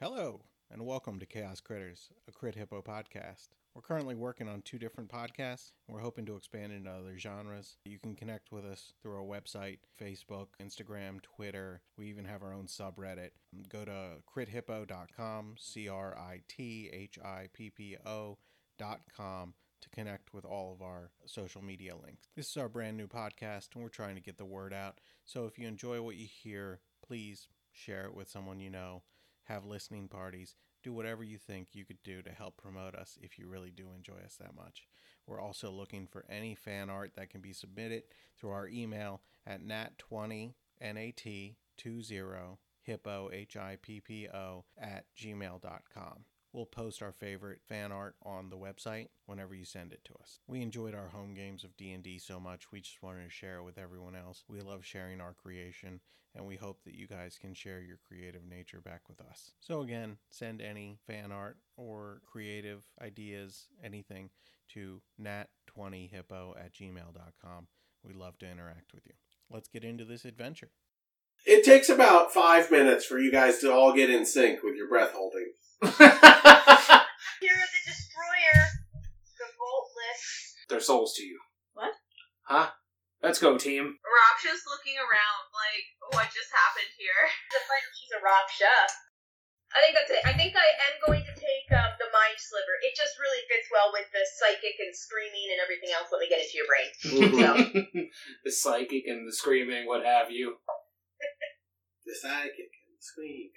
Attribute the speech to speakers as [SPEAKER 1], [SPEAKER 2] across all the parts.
[SPEAKER 1] Hello, and welcome to Chaos Critters, a Crit Hippo podcast. We're currently working on two different podcasts, and we're hoping to expand into other genres. You can connect with us through our website, Facebook, Instagram, Twitter. We even have our own subreddit. Go to crithippo.com, C R I T H I P P O dot com to connect with all of our social media links. This is our brand new podcast, and we're trying to get the word out. So if you enjoy what you hear, please share it with someone you know have listening parties, do whatever you think you could do to help promote us if you really do enjoy us that much. We're also looking for any fan art that can be submitted through our email at nat20nat20 hippo h-i-p-p-o at gmail.com we'll post our favorite fan art on the website whenever you send it to us we enjoyed our home games of d&d so much we just wanted to share it with everyone else we love sharing our creation and we hope that you guys can share your creative nature back with us. So, again, send any fan art or creative ideas, anything, to nat20hippo at gmail.com. We love to interact with you. Let's get into this adventure.
[SPEAKER 2] It takes about five minutes for you guys to all get in sync with your breath holding.
[SPEAKER 3] Here are the destroyer, the boltless.
[SPEAKER 4] their souls to you.
[SPEAKER 5] What?
[SPEAKER 4] Huh? Let's go, team.
[SPEAKER 6] Raksha's looking around like, what just happened here?
[SPEAKER 3] The fact that he's a rock chef. I think that's it. I think I am going to take um, the mind sliver. It just really fits well with the psychic and screaming and everything else. Let me get into your brain.
[SPEAKER 2] Mhm.
[SPEAKER 4] the psychic and the screaming, what have you.
[SPEAKER 2] the psychic and the scream.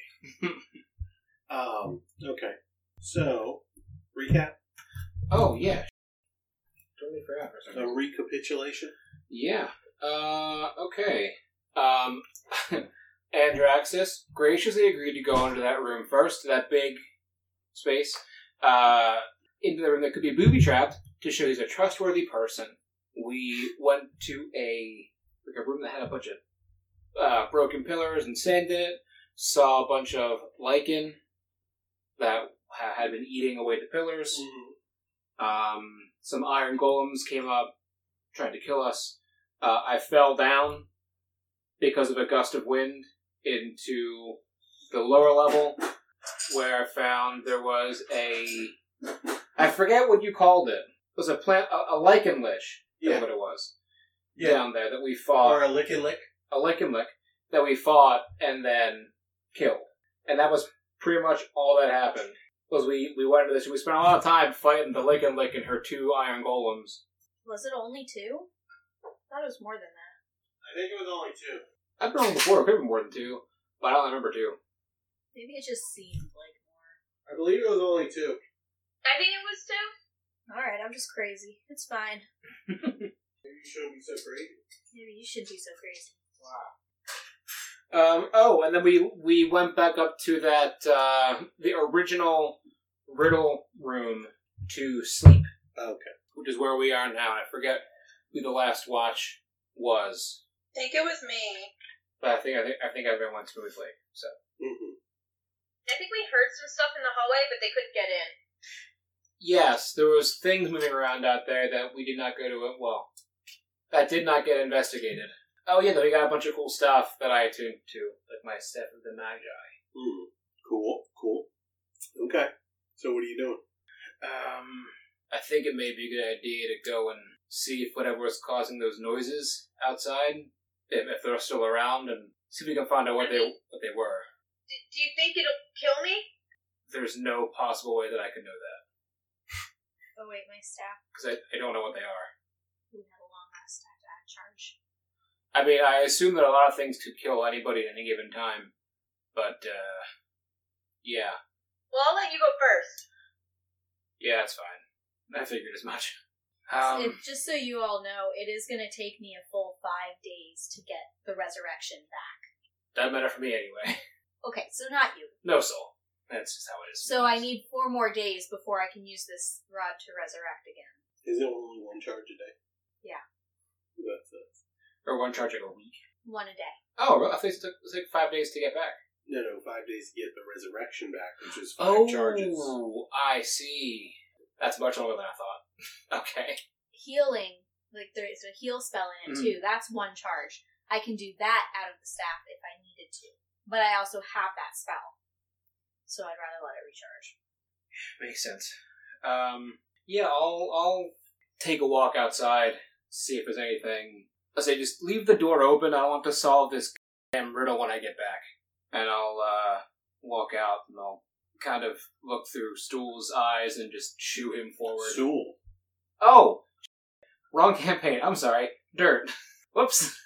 [SPEAKER 2] um, okay. So, recap.
[SPEAKER 4] Oh, yeah. Totally forgot for a
[SPEAKER 2] A recapitulation.
[SPEAKER 4] Yeah. Uh, okay. Um, Andraxis graciously agreed to go into that room first, that big space, uh, into the room that could be booby trapped to show he's a trustworthy person. We went to a like a room that had a bunch of uh, broken pillars and sand in it. Saw a bunch of lichen that ha- had been eating away the pillars.
[SPEAKER 2] Mm-hmm.
[SPEAKER 4] Um, some iron golems came up, tried to kill us. Uh, I fell down because of a gust of wind into the lower level, where I found there was a. I forget what you called it. It was a plant, a, a lichen lich. Yeah,
[SPEAKER 2] Yeah.
[SPEAKER 4] what it was
[SPEAKER 2] Yeah.
[SPEAKER 4] down there that we fought
[SPEAKER 2] Or a lick and lick.
[SPEAKER 4] a lick and lick that we fought and then killed. And that was pretty much all that happened. Was we, we went into this we spent a lot of time fighting the lick and lick and her two iron golems.
[SPEAKER 5] Was it only two? I thought it was more than that.
[SPEAKER 2] I think it was only two.
[SPEAKER 4] I've been on before, it could have been more than two, but I don't remember two.
[SPEAKER 5] Maybe it just seemed like more.
[SPEAKER 2] I believe it was only two.
[SPEAKER 6] I think it was two.
[SPEAKER 5] Alright, I'm just crazy. It's fine.
[SPEAKER 2] You shouldn't be so crazy.
[SPEAKER 5] Maybe you should be so crazy.
[SPEAKER 4] Um, oh, and then we we went back up to that uh, the original riddle room to sleep,
[SPEAKER 2] Okay.
[SPEAKER 4] which is where we are now. I forget who the last watch was,
[SPEAKER 6] I think it was me.
[SPEAKER 4] but I think I think I think everything went smoothly. So
[SPEAKER 2] hmm
[SPEAKER 3] I think we heard some stuff in the hallway, but they couldn't get in.
[SPEAKER 4] Yes, there was things moving around out there that we did not go to. Well, that did not get investigated. Oh yeah, though we got a bunch of cool stuff that I attuned to, like my step of the magi.
[SPEAKER 2] Mm. Cool. Cool. Okay. So what are you doing?
[SPEAKER 4] Um, I think it may be a good idea to go and see if whatever was causing those noises outside, if, if they're still around, and see if we can find out what they what they were.
[SPEAKER 3] Do, do you think it'll kill me?
[SPEAKER 4] There's no possible way that I could know that
[SPEAKER 5] Oh wait, my staff
[SPEAKER 4] because I, I don't know what they are.
[SPEAKER 5] who had a long last staff to add charge.
[SPEAKER 4] I mean, I assume that a lot of things could kill anybody at any given time, but uh, yeah.
[SPEAKER 3] Well, I'll let you go first.
[SPEAKER 4] Yeah, that's fine. I figured as much.
[SPEAKER 5] So
[SPEAKER 4] Um,
[SPEAKER 5] it- just so you all know, it is gonna take me a full five days to get the resurrection back.
[SPEAKER 4] doesn't matter for me anyway.
[SPEAKER 5] Okay, so not you.
[SPEAKER 4] No soul. That's just how it is.
[SPEAKER 5] So I need four more days before I can use this rod to resurrect again.
[SPEAKER 2] Is it only one charge a day?
[SPEAKER 5] Yeah.
[SPEAKER 2] That's it.
[SPEAKER 4] or one charge like a week.
[SPEAKER 5] One a day.
[SPEAKER 4] Oh, really? I think it took, it took five days to get back.
[SPEAKER 2] No, no, five days to get the resurrection back, which is five
[SPEAKER 4] Oh.
[SPEAKER 2] charges.
[SPEAKER 4] I see. That's much longer than I thought. okay.
[SPEAKER 5] Healing, like there is a heal spell in it
[SPEAKER 4] Hmm.
[SPEAKER 5] too. That's one charge. I can do that out of the staff if I needed to. But I also have that spell. So I'd rather let it recharge.
[SPEAKER 4] Makes sense. Um, yeah, I'll I'll take a walk outside, see if there's anything. I say just leave the door open. I want to solve this damn riddle when I get back, and I'll uh, walk out and I'll kind of look through Stool's eyes and just shoo him forward.
[SPEAKER 2] Stool.
[SPEAKER 4] oh, wrong campaign. I'm sorry. Dirt. Whoops.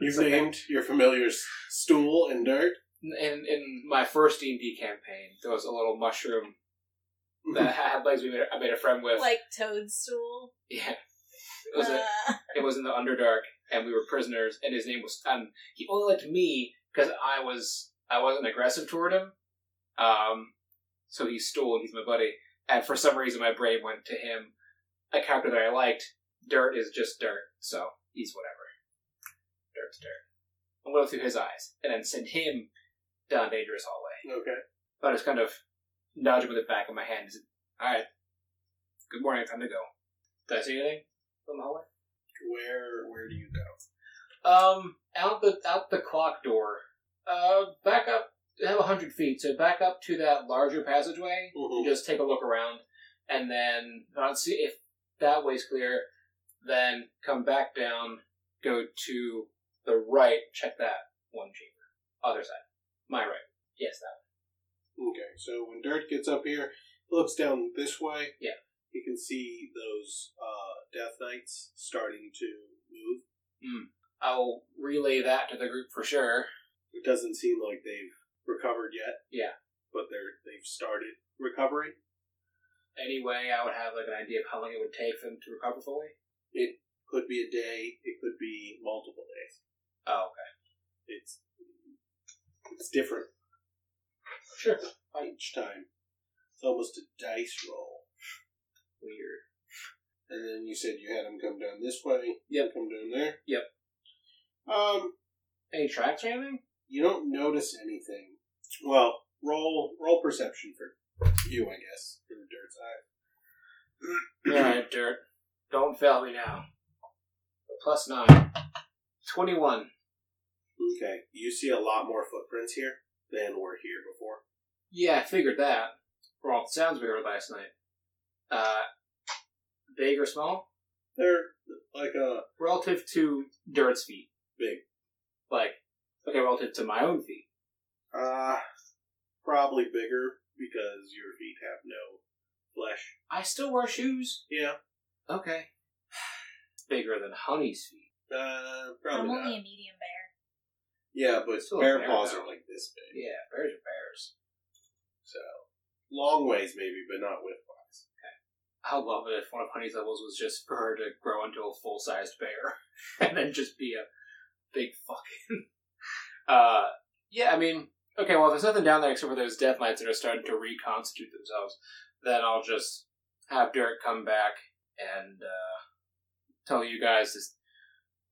[SPEAKER 2] You've
[SPEAKER 4] Okay.
[SPEAKER 2] named your familiars Stool and Dirt.
[SPEAKER 4] In in my first D and D campaign, there was a little mushroom that had legs. We made, I made a friend with.
[SPEAKER 5] Like toadstool.
[SPEAKER 4] yeah. It was a, It was in the Underdark, and we were prisoners. And his name was. Um, he only liked me because I was I wasn't aggressive toward him. Um, so he stole, and he's my buddy. And for some reason, my brain went to him. A character that I liked, Dirt is just Dirt, so he's whatever. Dirt's Dirt. I'm going through his eyes, and then send him down a dangerous hallway.
[SPEAKER 2] Okay.
[SPEAKER 4] But I just kind of nudge him with the back of my hand. All right, good morning. Time to go. Did I see anything from the hallway?
[SPEAKER 2] Where where do you go?
[SPEAKER 4] Um, out the out the clock door. Uh, back up. I have hundred feet, so back up to that larger passageway. and
[SPEAKER 2] Mhm.
[SPEAKER 4] Just take a look around, and then if I don't see if that way's clear. Then come back down, go to the right. Check that one chamber, other side, my right. Yes, that.
[SPEAKER 2] Okay. So when Dirt gets up here, he looks down this way.
[SPEAKER 4] Yeah.
[SPEAKER 2] He can see those uh, Death Knights starting to move.
[SPEAKER 4] One. I'll relay that to the group for sure.
[SPEAKER 2] It doesn't seem like they've recovered yet.
[SPEAKER 4] Yeah.
[SPEAKER 2] But they're they've started recovery.
[SPEAKER 4] Anyway, I would have like an idea of how long it would take for them to recover fully.
[SPEAKER 2] It could be a day. It could be multiple days.
[SPEAKER 4] Oh, okay.
[SPEAKER 2] It's it's different
[SPEAKER 4] Sure.
[SPEAKER 2] each time. It's almost a dice roll.
[SPEAKER 4] Weird.
[SPEAKER 2] And then you said you had him come down this way.
[SPEAKER 4] Yep.
[SPEAKER 2] Come down there.
[SPEAKER 4] Yep.
[SPEAKER 2] Um,
[SPEAKER 4] Any tracks or anything?
[SPEAKER 2] you don't notice anything. Well, roll roll perception for you, I guess, for the dirt's eye.
[SPEAKER 4] Alright, Dirt. Don't fail me now. Plus nine. Twenty-one. Hmm.
[SPEAKER 2] Okay. You see a lot more footprints here than were here before.
[SPEAKER 4] Yeah, I figured that. For all the sounds we heard last night. Uh, big or small?
[SPEAKER 2] They're like a
[SPEAKER 4] Relative to Dirt's feet.
[SPEAKER 2] Big.
[SPEAKER 4] Like, okay, relative to my own feet.
[SPEAKER 2] uh probably bigger because your feet have no flesh.
[SPEAKER 4] I still wear shoes.
[SPEAKER 2] Yeah.
[SPEAKER 4] Okay. It's bigger than Honey's feet.
[SPEAKER 2] Uh
[SPEAKER 5] I'm
[SPEAKER 2] probably
[SPEAKER 5] only
[SPEAKER 2] not.
[SPEAKER 5] a medium bear.
[SPEAKER 2] Yeah, but
[SPEAKER 4] Still a
[SPEAKER 2] bear
[SPEAKER 4] bear,
[SPEAKER 2] paws
[SPEAKER 4] though.
[SPEAKER 2] are like this big.
[SPEAKER 4] Yeah, bears are bears.
[SPEAKER 2] So long ways maybe, but not width wise.
[SPEAKER 4] I would love it if one of Honey's levels was just for her to grow into a full sized bear and then just be a big fucking. Uh, yeah, I mean, okay, well, if there's nothing down there except for those death knights that are starting to reconstitute themselves, then I'll just have Derek come back and uh, tell you guys this.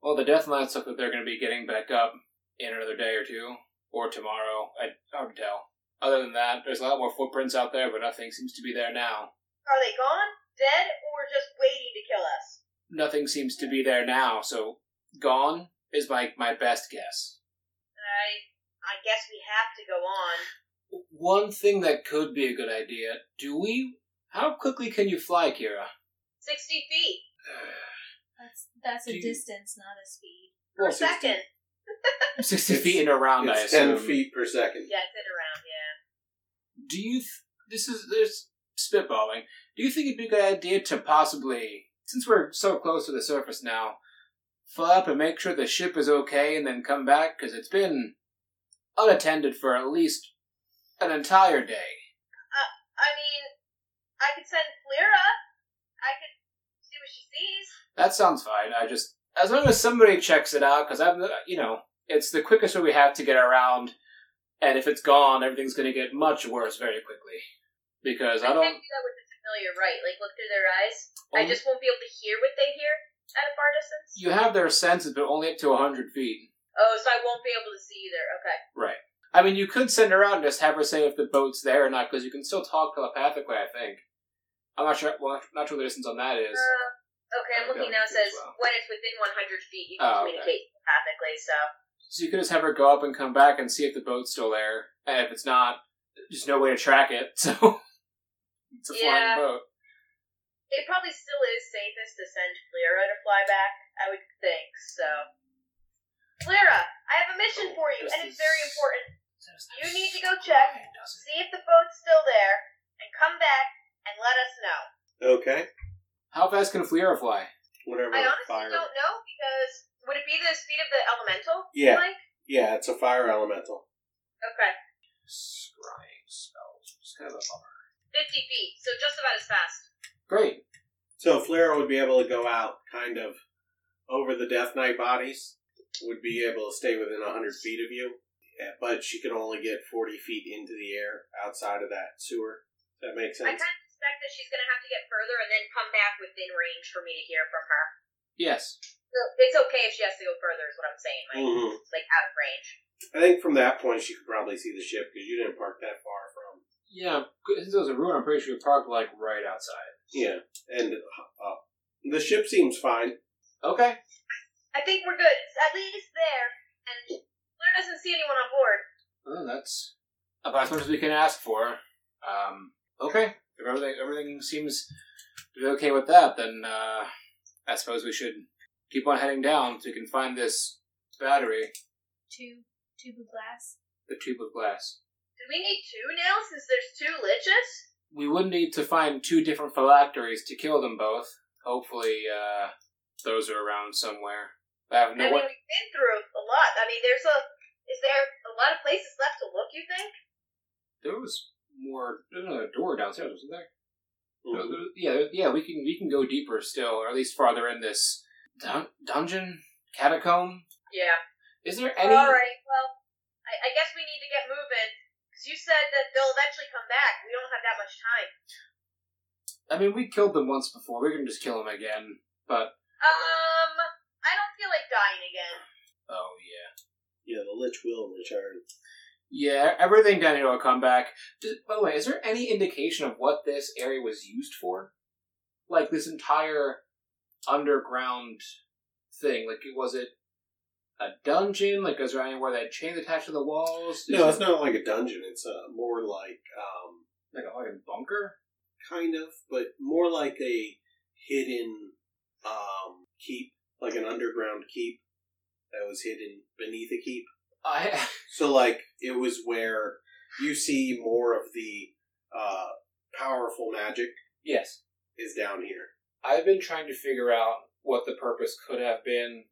[SPEAKER 4] Well, the death knights look like they're going to be getting back up in another day or two, or tomorrow. I hard to tell. Other than that, there's a lot more footprints out there, but nothing seems to be there now.
[SPEAKER 3] Are they gone, dead, or just waiting to kill us?
[SPEAKER 4] nothing seems to be there now, so gone is my, my best guess.
[SPEAKER 3] I I guess we have to go on.
[SPEAKER 4] One thing that could be a good idea do we. How quickly can you fly, Kira?
[SPEAKER 3] Sixty feet
[SPEAKER 5] That's that's a
[SPEAKER 4] Do you-
[SPEAKER 5] distance, not a speed.
[SPEAKER 3] per
[SPEAKER 4] Well, 60
[SPEAKER 3] second.
[SPEAKER 4] 60
[SPEAKER 2] It's-
[SPEAKER 4] feet in a round, I
[SPEAKER 2] It's
[SPEAKER 4] assume.
[SPEAKER 2] ten feet per second.
[SPEAKER 3] Yeah, it's in around. Yeah.
[SPEAKER 4] Do you. Th- this is. There's spitballing. Do you think it'd be a good idea to possibly. Since we're so close to the surface now, fly up and make sure the ship is okay and then come back? Because it's been unattended for at least an entire day.
[SPEAKER 3] I mean, I could send Flira. I could see what she sees.
[SPEAKER 4] That sounds fine. I just as long as somebody checks it out because I'm you know it's the quickest way we have to get around And if it's gone, everything's going to get much worse very quickly. Because I
[SPEAKER 3] I
[SPEAKER 4] don't.
[SPEAKER 3] can't do that with the familiar, right? Like look through their eyes. I
[SPEAKER 4] only-
[SPEAKER 3] just won't be able to hear what they hear at a far distance.
[SPEAKER 4] You have their senses, but only up to 100 feet.
[SPEAKER 3] Oh, so I won't be able to see either. Okay.
[SPEAKER 4] I mean, you could send her out and just have her say if the boat's there or not, because you can still talk telepathically, I think. I'm not sure, well, not sure what the distance on that is.
[SPEAKER 3] Uh, okay, I'm
[SPEAKER 4] I've
[SPEAKER 3] looking
[SPEAKER 4] got
[SPEAKER 3] now.
[SPEAKER 4] it
[SPEAKER 3] It says
[SPEAKER 4] as well.
[SPEAKER 3] when it's within 100 feet, you can
[SPEAKER 4] Oh, okay.
[SPEAKER 3] communicate telepathically. So
[SPEAKER 4] So you could just have her go up and come back and see if the boat's still there. And if it's not, there's no way to track it, so. it's a
[SPEAKER 3] Yeah.
[SPEAKER 4] flying boat.
[SPEAKER 3] it probably still is safest to send Lyra to fly back. I would think so. Lyra, I have a mission for you, and it's very important. You need to go check, see if the boat's still there, and come back and let us know.
[SPEAKER 2] Okay.
[SPEAKER 4] How fast can a Fleera fly?
[SPEAKER 2] Whatever.
[SPEAKER 3] I honestly
[SPEAKER 2] fire.
[SPEAKER 3] don't know because would it be the speed of the elemental?
[SPEAKER 2] Yeah.
[SPEAKER 3] Mike?
[SPEAKER 2] Yeah, it's a fire elemental.
[SPEAKER 3] Okay.
[SPEAKER 4] Scrying spells. It's kind of a bummer.
[SPEAKER 3] 50 feet, so just about as fast.
[SPEAKER 4] Great.
[SPEAKER 2] So Flare would be able to go out kind of over the Death Knight bodies, would be able to stay within 100 feet of you, eh, but she could only get 40 feet into the air outside of that sewer. That makes
[SPEAKER 3] I
[SPEAKER 2] sense?
[SPEAKER 3] kind of suspect that she's going to have to get further and then come back within range for me to hear from her.
[SPEAKER 4] Yes.
[SPEAKER 3] So it's okay if she has to go further, is what I'm saying, Mike.
[SPEAKER 2] hmm
[SPEAKER 3] Like out of range.
[SPEAKER 2] I think from that point she could probably see the ship because you didn't park that far from.
[SPEAKER 4] Yeah, since it was a ruin, I'm pretty sure you parked like right outside.
[SPEAKER 2] Yeah, and up. The ship seems fine.
[SPEAKER 4] Okay.
[SPEAKER 3] I think we're good. It's at least there, and Blair doesn't see anyone on board.
[SPEAKER 4] Well, that's about as much as we can ask for. Um, okay. If everything, everything seems to be okay with that, then uh, I suppose we should keep on heading down so we can find this battery,
[SPEAKER 5] Two tube of glass.
[SPEAKER 4] the tube of glass.
[SPEAKER 3] Do we need two now since there's two liches?
[SPEAKER 4] We would need to find two different phylacteries to kill them both. Hopefully, uh, those are around somewhere. I have
[SPEAKER 3] I
[SPEAKER 4] no
[SPEAKER 3] mean,
[SPEAKER 4] one.
[SPEAKER 3] we've been through a lot. I mean, there's a. Is there a lot of places left to look? You think?
[SPEAKER 4] There was more. There was another door downstairs, wasn't there?
[SPEAKER 2] Mhm.
[SPEAKER 4] Yeah, yeah, we can we can go deeper still, or at least farther in this dun- dungeon catacomb.
[SPEAKER 3] Yeah.
[SPEAKER 4] Is there any?
[SPEAKER 3] All right. Well, I, I guess we need to get moving because you said that they'll eventually come back. We don't have that much time.
[SPEAKER 4] I mean, we killed them once before. We can just kill them again. But
[SPEAKER 3] Um, I don't feel like dying again.
[SPEAKER 4] oh yeah,
[SPEAKER 2] Yeah, the Lich will return.
[SPEAKER 4] yeah. e-, Everything down here will come back. Does, by the way, is there any indication of what this area was used for? Like this entire underground thing. Like was it a dungeon? Like is there anywhere that chains attached to the walls? Is
[SPEAKER 2] No, it's
[SPEAKER 4] it
[SPEAKER 2] not like a dungeon. It's uh, more like um,
[SPEAKER 4] like a fucking bunker.
[SPEAKER 2] kind of, but more like a hidden um, keep, like an underground keep that was hidden beneath a keep.
[SPEAKER 4] I.
[SPEAKER 2] So, like, it was where you see more of the uh, powerful magic
[SPEAKER 4] yes.
[SPEAKER 2] is down here.
[SPEAKER 4] I've been trying to figure out what the purpose could have been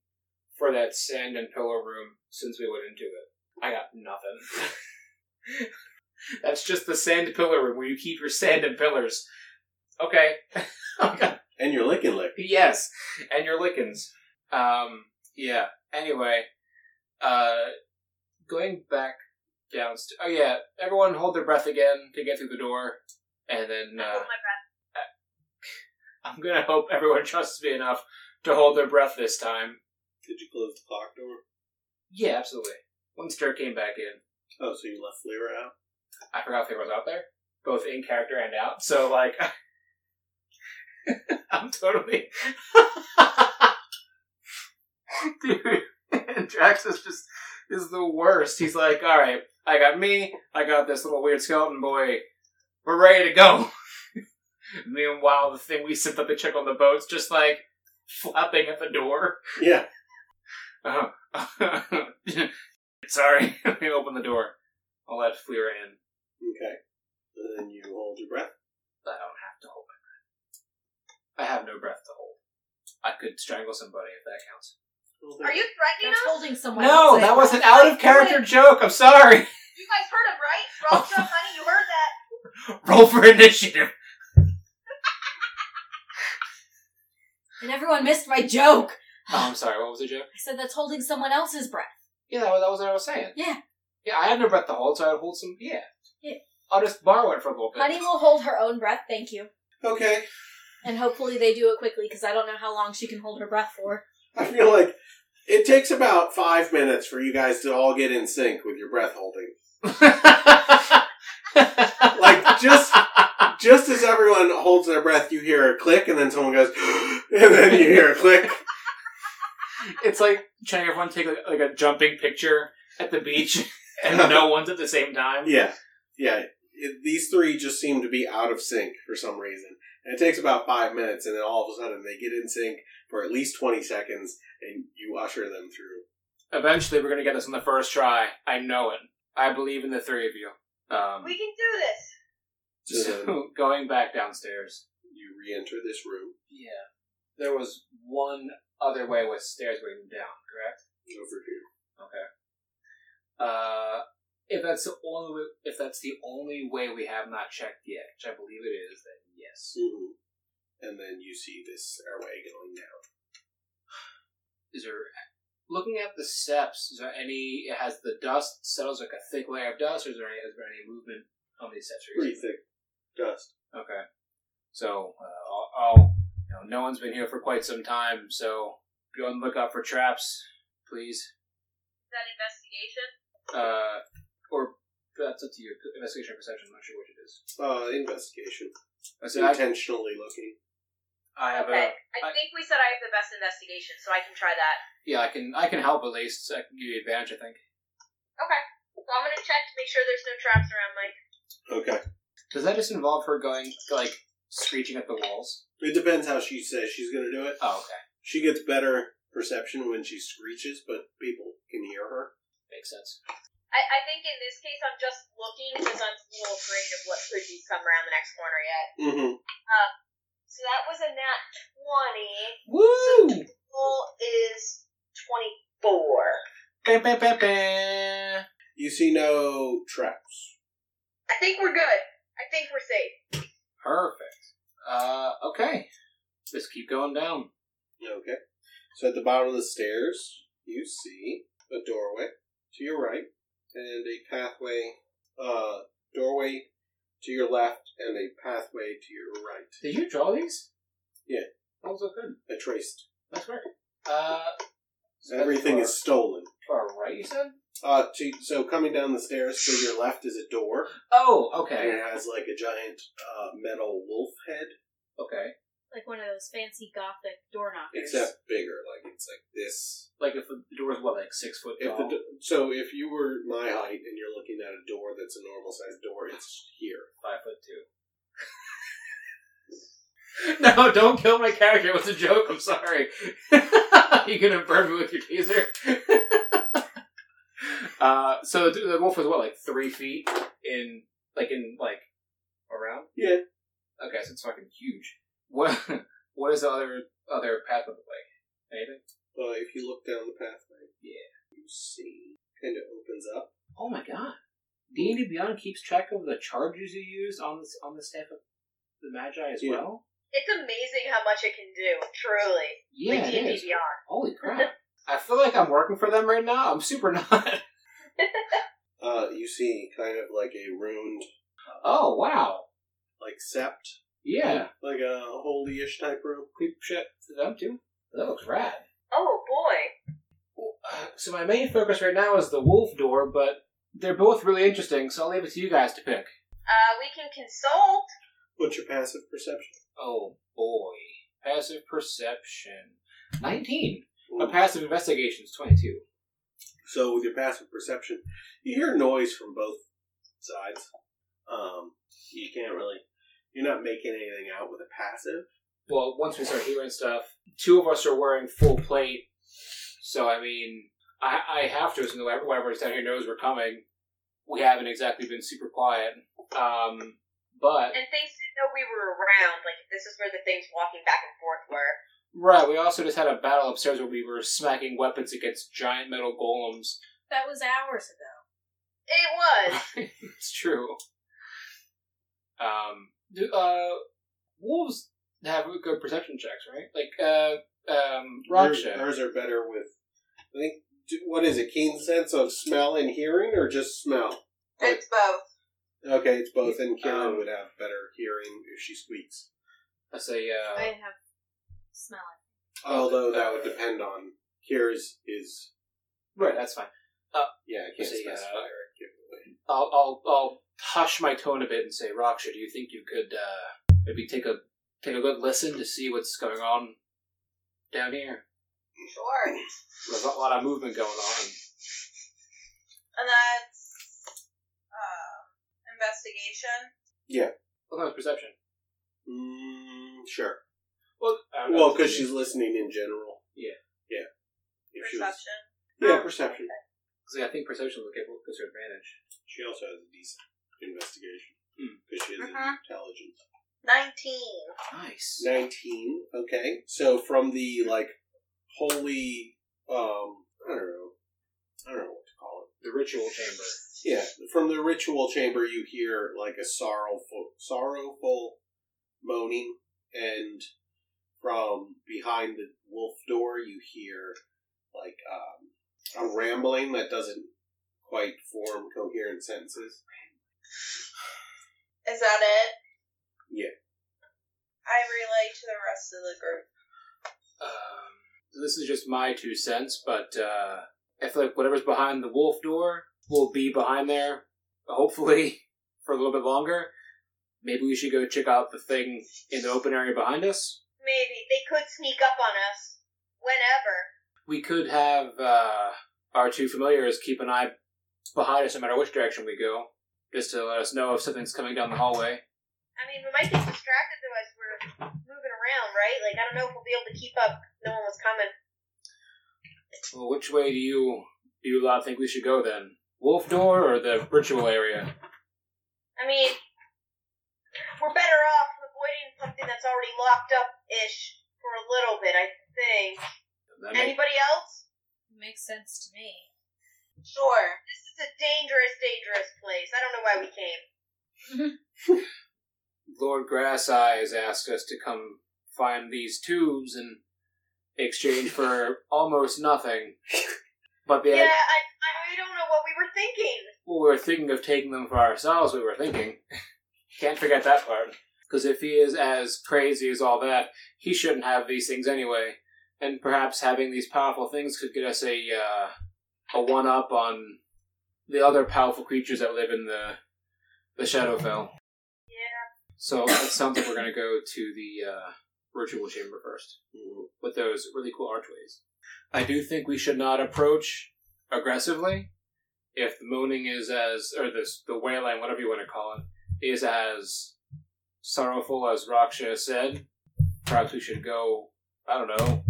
[SPEAKER 4] for that sand and pillow room since we went into it. I got nothing. That's just the sand pillar room where you keep your sand and pillars. Okay.
[SPEAKER 2] And you're licking lick.
[SPEAKER 4] yes, and your lickens. Um, yeah. Anyway, uh, going back downstairs. Oh yeah, everyone hold their breath again to get through the door, and then. Uh,
[SPEAKER 3] Hold my breath.
[SPEAKER 4] I'm gonna hope everyone trusts me enough to hold their breath this time.
[SPEAKER 2] Did you close the clock door?
[SPEAKER 4] Yeah, absolutely. Once Dirk came back in,
[SPEAKER 2] Oh, so you left Lyra out?
[SPEAKER 4] I forgot if there was out there, both in character and out. So like, I'm totally. Dude, Draxus just is the worst. He's like, all right, I got me, I got this little weird skeleton boy. We're ready to go. Meanwhile, the thing we sent up to check on the boat's just like flapping at the door.
[SPEAKER 2] Yeah.
[SPEAKER 4] Uh, Sorry, let me open the door. I'll let Fleer in.
[SPEAKER 2] Okay. And then you hold your breath.
[SPEAKER 4] I don't have to hold my breath. I have no breath to hold. I could strangle somebody if that counts.
[SPEAKER 3] Are you threatening
[SPEAKER 5] That's
[SPEAKER 3] us?
[SPEAKER 5] holding someone.
[SPEAKER 4] No,
[SPEAKER 5] else.
[SPEAKER 4] that was an out of character joke. I'm sorry.
[SPEAKER 3] You guys heard him, right? Roll jump, honey. You heard that.
[SPEAKER 4] Roll for initiative.
[SPEAKER 5] And everyone missed my joke.
[SPEAKER 4] Oh, I'm sorry. What was the joke?
[SPEAKER 5] I said that's holding someone else's breath.
[SPEAKER 4] Yeah, that was, that was what I was saying.
[SPEAKER 5] Yeah.
[SPEAKER 4] Yeah, I had no breath to hold, so I would hold some. Yeah.
[SPEAKER 5] Yeah.
[SPEAKER 4] I'll just borrow it for a little bit.
[SPEAKER 5] Honey will hold her own breath, thank you.
[SPEAKER 2] Okay.
[SPEAKER 5] And hopefully they do it quickly because I don't know how long she can hold her breath for.
[SPEAKER 2] I feel like it takes about five minutes for you guys to all get in sync with your breath holding. Like just just as everyone holds their breath, you hear a click, and then someone goes, and then you hear a click.
[SPEAKER 4] it's like trying to everyone take like, like a jumping picture at the beach, and no one's at the same time.
[SPEAKER 2] Yeah, yeah. It, these three just seem to be out of sync for some reason, and it takes about five minutes, and then all of a sudden they get in sync for at least twenty seconds, and you usher them through.
[SPEAKER 4] Eventually, we're gonna get this on the first try. I know it. I believe in the three of you. Um,
[SPEAKER 3] We can do this.
[SPEAKER 2] So
[SPEAKER 4] so going back downstairs.
[SPEAKER 2] you re-enter this room
[SPEAKER 4] Yeah. There was one other way with stairs waiting down, correct?
[SPEAKER 2] over here.
[SPEAKER 4] Okay. Uh, if that's the only way, if that's the only way we have not checked yet, which I believe it is, then yes.
[SPEAKER 2] Mhm. And then you see this stairway going down.
[SPEAKER 4] Is there looking at the steps? Is there any? It has the dust settles like a thick layer of dust. Or is there any? Is there any movement on these steps?
[SPEAKER 2] Pretty thick dust.
[SPEAKER 4] Okay. So, uh, I'll, I'll you know, no one's been here for quite some time. So, be on the lookout for traps, please.
[SPEAKER 3] Is that investigation?
[SPEAKER 4] Uh, or that's up to you. Investigation or perception? I'm not sure which it is.
[SPEAKER 2] Uh, investigation.
[SPEAKER 4] I said I,
[SPEAKER 2] Intentionally looking.
[SPEAKER 4] I have a.
[SPEAKER 3] Okay. I
[SPEAKER 4] I-
[SPEAKER 3] think we said I have the best investigation, so I can try that.
[SPEAKER 4] Yeah, I can. I can help at least. I can give you advantage. I think.
[SPEAKER 3] Okay. So I'm gonna check to make sure there's no traps around Mike.
[SPEAKER 2] Okay.
[SPEAKER 4] Does that just involve her going like screeching at the walls?
[SPEAKER 2] It depends how she says she's going to do it.
[SPEAKER 4] Oh, okay,
[SPEAKER 2] She gets better perception when she screeches, but people can hear her.
[SPEAKER 4] makes sense.
[SPEAKER 3] I, I think in this case I'm just looking because I'm a little afraid of what could be come around the next corner yet.
[SPEAKER 2] Mm-hmm.
[SPEAKER 3] So that was a nat twenty.
[SPEAKER 4] Woo!
[SPEAKER 3] Roll is twenty four.
[SPEAKER 4] Bam, bam, bam, bam.
[SPEAKER 2] You see no traps.
[SPEAKER 3] I think we're good. I think we're safe.
[SPEAKER 4] Perfect. Uh, okay. Just keep going down.
[SPEAKER 2] Okay. So at the bottom of the stairs, you see a doorway to your right and a pathway, uh, doorway to your left and a pathway to your right.
[SPEAKER 4] Did you draw these?
[SPEAKER 2] Yeah.
[SPEAKER 4] That was so good.
[SPEAKER 2] I traced.
[SPEAKER 4] That's great. Uh, so
[SPEAKER 2] Everything
[SPEAKER 4] far-
[SPEAKER 2] is stolen.
[SPEAKER 4] far right. You said.
[SPEAKER 2] Uh, to, so coming down the stairs to your left is a door.
[SPEAKER 4] Oh,
[SPEAKER 2] And
[SPEAKER 4] okay.
[SPEAKER 2] it has like a giant uh, metal wolf head,
[SPEAKER 4] Okay.
[SPEAKER 5] Like one of those fancy gothic door knockers.
[SPEAKER 2] except bigger. Like it's like this.
[SPEAKER 4] Like if the door is what, like six foot
[SPEAKER 2] If the
[SPEAKER 4] tall.
[SPEAKER 2] do- so, if you were my height and you're looking at a door that's a normal sized door, it's here.
[SPEAKER 4] five foot two. no, don't kill my character. It was a joke. I'm sorry. you gonna burn me with your taser? uh, so the the wolf was what, like three feet in, like in like around?
[SPEAKER 2] Yeah.
[SPEAKER 4] Okay, so it's fucking huge. What? What is the other other path look like? Anything?
[SPEAKER 2] But if you look down the pathway,
[SPEAKER 4] Yeah.
[SPEAKER 2] you see, and it opens up.
[SPEAKER 4] Oh my god! D and D Beyond keeps track of the charges you used on this on the staff of the Magi as
[SPEAKER 2] Yeah.
[SPEAKER 4] well.
[SPEAKER 3] It's amazing how much it can do. Truly,
[SPEAKER 4] Yeah,
[SPEAKER 3] Like
[SPEAKER 4] it
[SPEAKER 3] D&D
[SPEAKER 4] is.
[SPEAKER 3] Beyond.
[SPEAKER 4] Holy crap. I feel like I'm working for them right now. I'm super not.
[SPEAKER 2] Uh, you see kind of like a ruined,
[SPEAKER 4] Oh, wow.
[SPEAKER 2] like sept,
[SPEAKER 4] Yeah.
[SPEAKER 2] like a holy-ish type room.
[SPEAKER 4] Creep shit to them too. That looks rad.
[SPEAKER 3] Oh boy.
[SPEAKER 4] Well, uh, So my main focus right now is the wolf door, but they're both really interesting, so I'll leave it to you guys to pick.
[SPEAKER 3] Uh, we can consult.
[SPEAKER 2] What's your passive perception?
[SPEAKER 4] Oh boy. Passive perception. 19.
[SPEAKER 2] Ooh.
[SPEAKER 4] A passive investigation is 22.
[SPEAKER 2] So with your passive perception, you hear noise from both sides. Um, you can't really. You're not making anything out with a passive.
[SPEAKER 4] Well, once we start hearing stuff, two of us are wearing full plate, so I mean, I, I have to assume that whoever- whoever's down here knows we're coming. We haven't exactly been super quiet, um, but
[SPEAKER 3] And things didn't know we were around. Like this is where the things walking back and forth were.
[SPEAKER 4] right. We also just had a battle upstairs where we were smacking weapons against giant metal golems.
[SPEAKER 5] That was hours ago.
[SPEAKER 3] It was.
[SPEAKER 4] it's true. Um, do, uh, wolves have good perception checks, right? Like, uh, um,
[SPEAKER 2] Yours-
[SPEAKER 4] Raksha.
[SPEAKER 2] Yours are better with. I think do- what is it? Keen sense of smell and hearing, or just smell?
[SPEAKER 6] It's both.
[SPEAKER 2] Okay, it's both. And Karen
[SPEAKER 4] Um,
[SPEAKER 2] would have better hearing if she squeaks.
[SPEAKER 4] I say, uh,
[SPEAKER 5] I have smelling.
[SPEAKER 2] Although that would depend on Kira's is
[SPEAKER 4] right, that's fine.
[SPEAKER 2] yeah, I can't
[SPEAKER 4] So, yeah.
[SPEAKER 2] specify or give it away.
[SPEAKER 4] I'll, I'll, I'll hush my tone a bit and say, Raksha, do you think you could uh, maybe take a take a good listen to see what's going on down here?
[SPEAKER 6] Sure.
[SPEAKER 4] There's a lot of movement going on.
[SPEAKER 6] And that's um, investigation.
[SPEAKER 4] Well, that was perception.
[SPEAKER 2] Mm, sure.
[SPEAKER 4] Well, uh, I don't know.
[SPEAKER 2] Well, because she's listening in general.
[SPEAKER 4] Yeah.
[SPEAKER 2] Yeah. If she was-
[SPEAKER 6] Perception.
[SPEAKER 2] yeah, perception.
[SPEAKER 4] See, I think perception will give gives her advantage.
[SPEAKER 2] She also has a decent investigation
[SPEAKER 4] Hmm.
[SPEAKER 2] because she has
[SPEAKER 6] Mhm.
[SPEAKER 2] intelligence.
[SPEAKER 6] 19.
[SPEAKER 4] Nice.
[SPEAKER 2] Nineteen. Okay, so from the like holy, um, I don't know, I don't know what to call it.
[SPEAKER 4] The ritual chamber.
[SPEAKER 2] Yeah, from the ritual chamber, you hear like a sorrowful, sorrowful moaning, and from behind the wolf door, you hear like um, a rambling that doesn't quite form coherent sentences.
[SPEAKER 6] Is that it?
[SPEAKER 2] Yeah.
[SPEAKER 6] I relay to the rest of the group.
[SPEAKER 4] Um, this is just my two cents, but uh, I feel like whatever's behind the wolf door will be behind there, hopefully, for a little bit longer. Maybe we should go check out the thing in the open area behind us.
[SPEAKER 3] Maybe. They could sneak up on us. Whenever.
[SPEAKER 4] We could have uh, our two familiars keep an eye behind us no matter which direction we go, just to let us know if something's coming down the hallway.
[SPEAKER 3] I mean, we might get distracted though as we're moving around, right? Like, I don't know if we'll be able to keep up. No one was coming.
[SPEAKER 4] Well, which way do you do you lot think we should go then? Wolf door or the ritual area?
[SPEAKER 3] I mean, we're better off avoiding something that's already locked up ish for a little bit, I think.
[SPEAKER 4] That may-
[SPEAKER 3] Anybody else?
[SPEAKER 5] Makes sense to me.
[SPEAKER 6] Sure.
[SPEAKER 3] This is a dangerous, dangerous place. I don't know why we came.
[SPEAKER 4] Lord Grass Eyes asked us to come find these tubes in exchange for almost nothing. But the
[SPEAKER 3] Yeah, I, I I don't know what we were thinking.
[SPEAKER 4] well, we were thinking of taking them for ourselves. We were thinking, can't forget that part. Because if he is as crazy as all that, he shouldn't have these things anyway. And perhaps having these powerful things could get us a uh, a one up on the other powerful creatures that live in the the Shadowfell.
[SPEAKER 3] Yeah.
[SPEAKER 4] So it sounds like we're gonna go to the uh, ritual chamber first with those really cool archways. I do think we should not approach aggressively if the moaning is as or this the wailing, whatever you want to call it, is as sorrowful as Raksha said. Perhaps we should go. I don't know.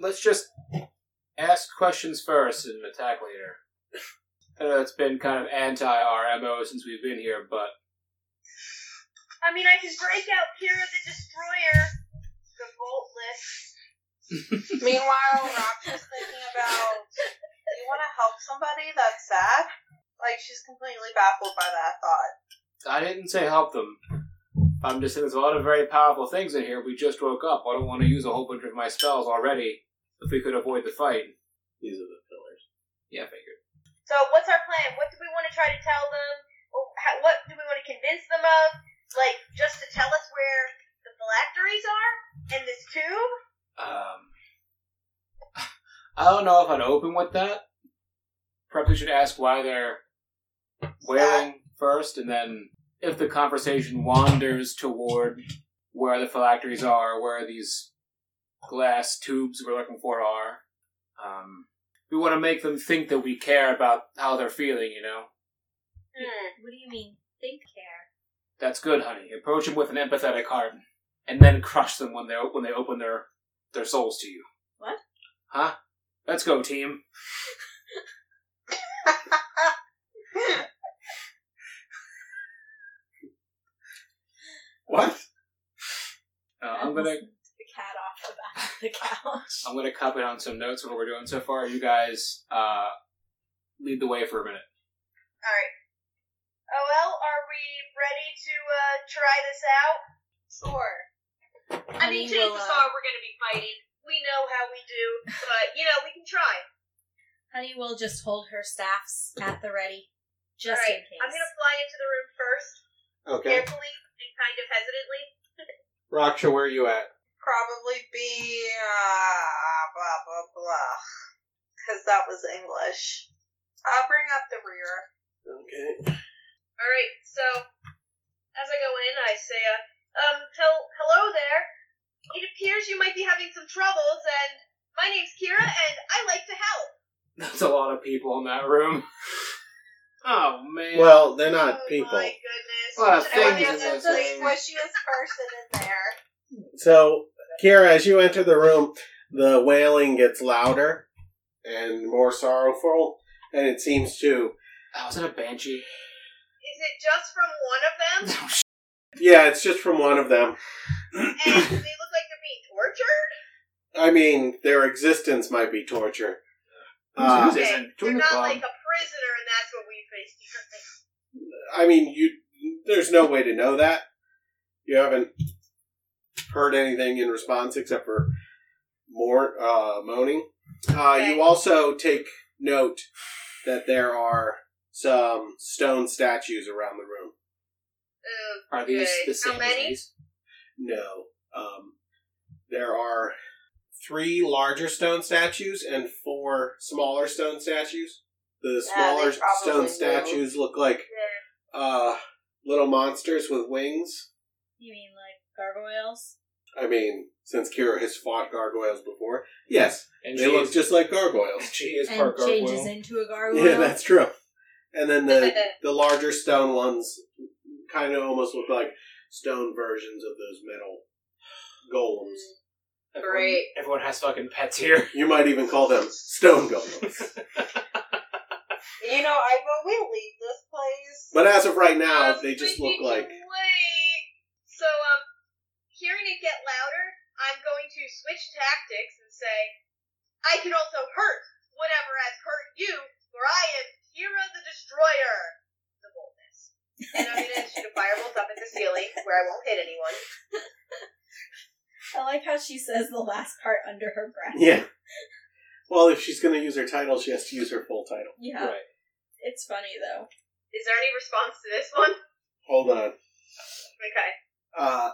[SPEAKER 4] Let's just ask questions first and attack later. I know that's been kind of anti our MO since we've been here, but
[SPEAKER 3] I mean, I can break out Kira the Destroyer, the Boltless.
[SPEAKER 6] Meanwhile, Rock is thinking about do you want to help somebody that's sad? Like, she's completely baffled by that thought.
[SPEAKER 4] I didn't say help them. I'm just saying there's a lot of very powerful things in here. We just woke up. I don't want to use a whole bunch of my spells already if we could avoid the fight.
[SPEAKER 2] These are the pillars.
[SPEAKER 4] Yeah, I figured.
[SPEAKER 3] So, what's our plan? What do we want to try to tell them? Or how, what do we want to convince them of? Like, just to tell us where the phylacteries are and this tube?
[SPEAKER 4] Um, I don't know if I'd open with that. Probably should ask why they're wailing first, and then if the conversation wanders toward where the phylacteries are, where these glass tubes we're looking for are, um, we want to make them think that we care about how they're feeling, you know?
[SPEAKER 3] Hmm.
[SPEAKER 5] What do you mean? Think care.
[SPEAKER 4] That's good, honey. Approach them with an empathetic heart, and then crush them when they when they open their their souls to you.
[SPEAKER 5] What?
[SPEAKER 4] Huh? Let's go, team.
[SPEAKER 5] Hmm.
[SPEAKER 2] What?
[SPEAKER 4] Uh, I'm gonna
[SPEAKER 5] Listen to the cat off the back of the couch.
[SPEAKER 4] I'm gonna copy down some notes of what we're doing so far. You guys uh, lead the way for a minute.
[SPEAKER 3] Alright. Oh, well, are we ready to uh, try this out?
[SPEAKER 6] Sure.
[SPEAKER 3] I mean,
[SPEAKER 5] We
[SPEAKER 3] chances
[SPEAKER 5] will, uh,
[SPEAKER 3] are we're going to be fighting. We know how we do, but, you know, we can try.
[SPEAKER 5] Honey will just hold her staffs at the ready, just
[SPEAKER 3] Alright,
[SPEAKER 5] in case.
[SPEAKER 3] I'm gonna fly into the room first,
[SPEAKER 2] Okay.
[SPEAKER 3] carefully and kind of hesitantly.
[SPEAKER 2] Raksha, where are you at?
[SPEAKER 6] Probably be uh, blah blah blah, because that was English. I'll bring up the rear.
[SPEAKER 2] Okay.
[SPEAKER 3] All right, so as I go in, I say, uh, um, tell hello there. It appears you might be having some troubles, and my name's Kira, and I like to help.
[SPEAKER 4] That's a lot of people in that room. Oh man.
[SPEAKER 2] Well, they're not people.
[SPEAKER 3] Oh my goodness.
[SPEAKER 4] Well,
[SPEAKER 3] Should I
[SPEAKER 4] things
[SPEAKER 3] walk
[SPEAKER 4] in
[SPEAKER 3] out
[SPEAKER 4] this
[SPEAKER 3] there?
[SPEAKER 6] Everyone's the
[SPEAKER 4] room.
[SPEAKER 6] squishiest person in there.
[SPEAKER 2] So, Kira, as you enter the room, the wailing gets louder and more sorrowful, and it seems to.
[SPEAKER 4] oh, was that a banshee?
[SPEAKER 3] Is it just from one of them?
[SPEAKER 4] Oh, sh-
[SPEAKER 2] Yeah, it's just from one of them.
[SPEAKER 3] And they look like they're being tortured?
[SPEAKER 2] I mean, their existence might be torture. Uh,
[SPEAKER 4] Who's it? Isn't. Join
[SPEAKER 3] They're
[SPEAKER 4] the
[SPEAKER 3] not
[SPEAKER 4] club.
[SPEAKER 3] like a prisoner, and that's what we face.
[SPEAKER 2] I mean, you. There's no way to know that. You haven't heard anything in response except for more uh, moaning. Uh,
[SPEAKER 3] Okay.
[SPEAKER 2] you also take note that there are some stone statues around the room.
[SPEAKER 3] Ugh,
[SPEAKER 4] Are these the
[SPEAKER 3] Good.
[SPEAKER 4] same
[SPEAKER 3] How
[SPEAKER 4] as
[SPEAKER 3] many?
[SPEAKER 4] these?
[SPEAKER 2] No. Um, there are three larger stone statues and four smaller stone statues. The
[SPEAKER 6] Yeah, they
[SPEAKER 2] smaller
[SPEAKER 6] probably
[SPEAKER 2] stone
[SPEAKER 6] will.
[SPEAKER 2] statues look like uh, little monsters with wings.
[SPEAKER 5] You mean like gargoyles?
[SPEAKER 2] I mean, since Kira has fought gargoyles before, yes,
[SPEAKER 4] And
[SPEAKER 2] they
[SPEAKER 4] she
[SPEAKER 2] look
[SPEAKER 4] is-
[SPEAKER 2] just like gargoyles.
[SPEAKER 4] she is
[SPEAKER 5] and
[SPEAKER 4] part
[SPEAKER 5] changes
[SPEAKER 4] gargoyle.
[SPEAKER 5] into a gargoyle.
[SPEAKER 2] Yeah, that's true. And then the the larger stone ones kind of almost look like stone versions of those metal golems.
[SPEAKER 4] Everyone-
[SPEAKER 3] Great.
[SPEAKER 4] Everyone has fucking pets here.
[SPEAKER 2] You might even call them stone golems.
[SPEAKER 6] You know, I when we leave this place,
[SPEAKER 2] But as of right now,
[SPEAKER 3] Um,
[SPEAKER 2] they just
[SPEAKER 3] we
[SPEAKER 2] look
[SPEAKER 3] need to
[SPEAKER 2] like
[SPEAKER 3] wait. So, um, hearing it get louder, I'm going to switch tactics and say, I can also hurt whatever has hurt you, for I am Kira the Destroyer. The boldness. And I'm gonna shoot a firebolt up at the ceiling where I won't hit anyone.
[SPEAKER 5] I like how she says the last part under her breath.
[SPEAKER 2] yeah. Well, if she's going to use her title, she has to use her full title.
[SPEAKER 5] Yeah,
[SPEAKER 4] Right.
[SPEAKER 5] it's funny though.
[SPEAKER 3] Is there any response to this one?
[SPEAKER 2] Hold on.
[SPEAKER 3] Okay.
[SPEAKER 2] Uh,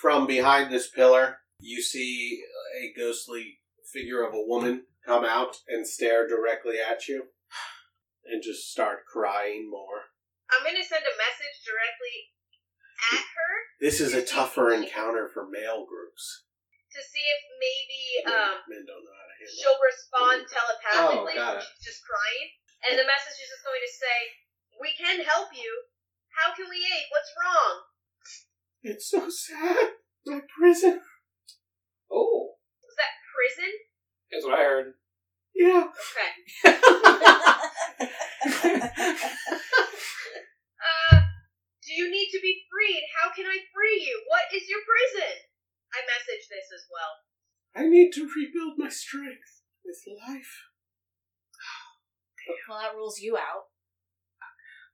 [SPEAKER 2] from behind this pillar, you see a ghostly figure of a woman come out and stare directly at you, and just start crying more.
[SPEAKER 3] I'm gonna send a message directly at her
[SPEAKER 2] This is a tougher encounter for male groups.
[SPEAKER 3] to see if maybe, um,
[SPEAKER 2] Men don't know how to handle.
[SPEAKER 3] she'll respond telepathically
[SPEAKER 4] Oh, got
[SPEAKER 3] when
[SPEAKER 4] it.
[SPEAKER 3] she's just crying. And the message is just going to say, We can help you. How can we aid? What's wrong?
[SPEAKER 2] It's so sad. My prison.
[SPEAKER 4] Oh,
[SPEAKER 3] Was that prison?
[SPEAKER 4] that's what I heard.
[SPEAKER 2] Yeah.
[SPEAKER 3] Okay. Uh, do you need to be freed? How can I free you? What is your prison? I message this as well.
[SPEAKER 2] I need to rebuild my strength with life.
[SPEAKER 5] well, that rules you out.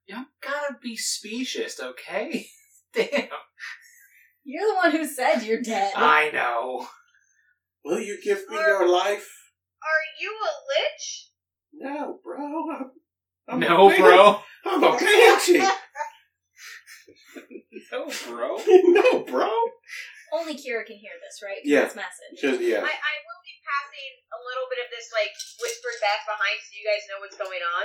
[SPEAKER 4] You gotta be specious, okay? Damn.
[SPEAKER 5] You're the one who said you're dead.
[SPEAKER 4] I know.
[SPEAKER 2] Will you give me
[SPEAKER 3] Or-
[SPEAKER 2] your life?
[SPEAKER 3] Are you a lich?
[SPEAKER 2] No, bro. I'm, I'm a
[SPEAKER 4] No,
[SPEAKER 2] banshee.
[SPEAKER 4] bro.
[SPEAKER 2] I'm a banshee.
[SPEAKER 4] No, bro.
[SPEAKER 2] no, bro.
[SPEAKER 5] Only Kira can hear this, right? 'Cause
[SPEAKER 2] Yeah.
[SPEAKER 5] It's message.
[SPEAKER 2] Just, yeah.
[SPEAKER 3] I, I will be passing a little bit of this, like, whispered back behind so you guys know what's going on.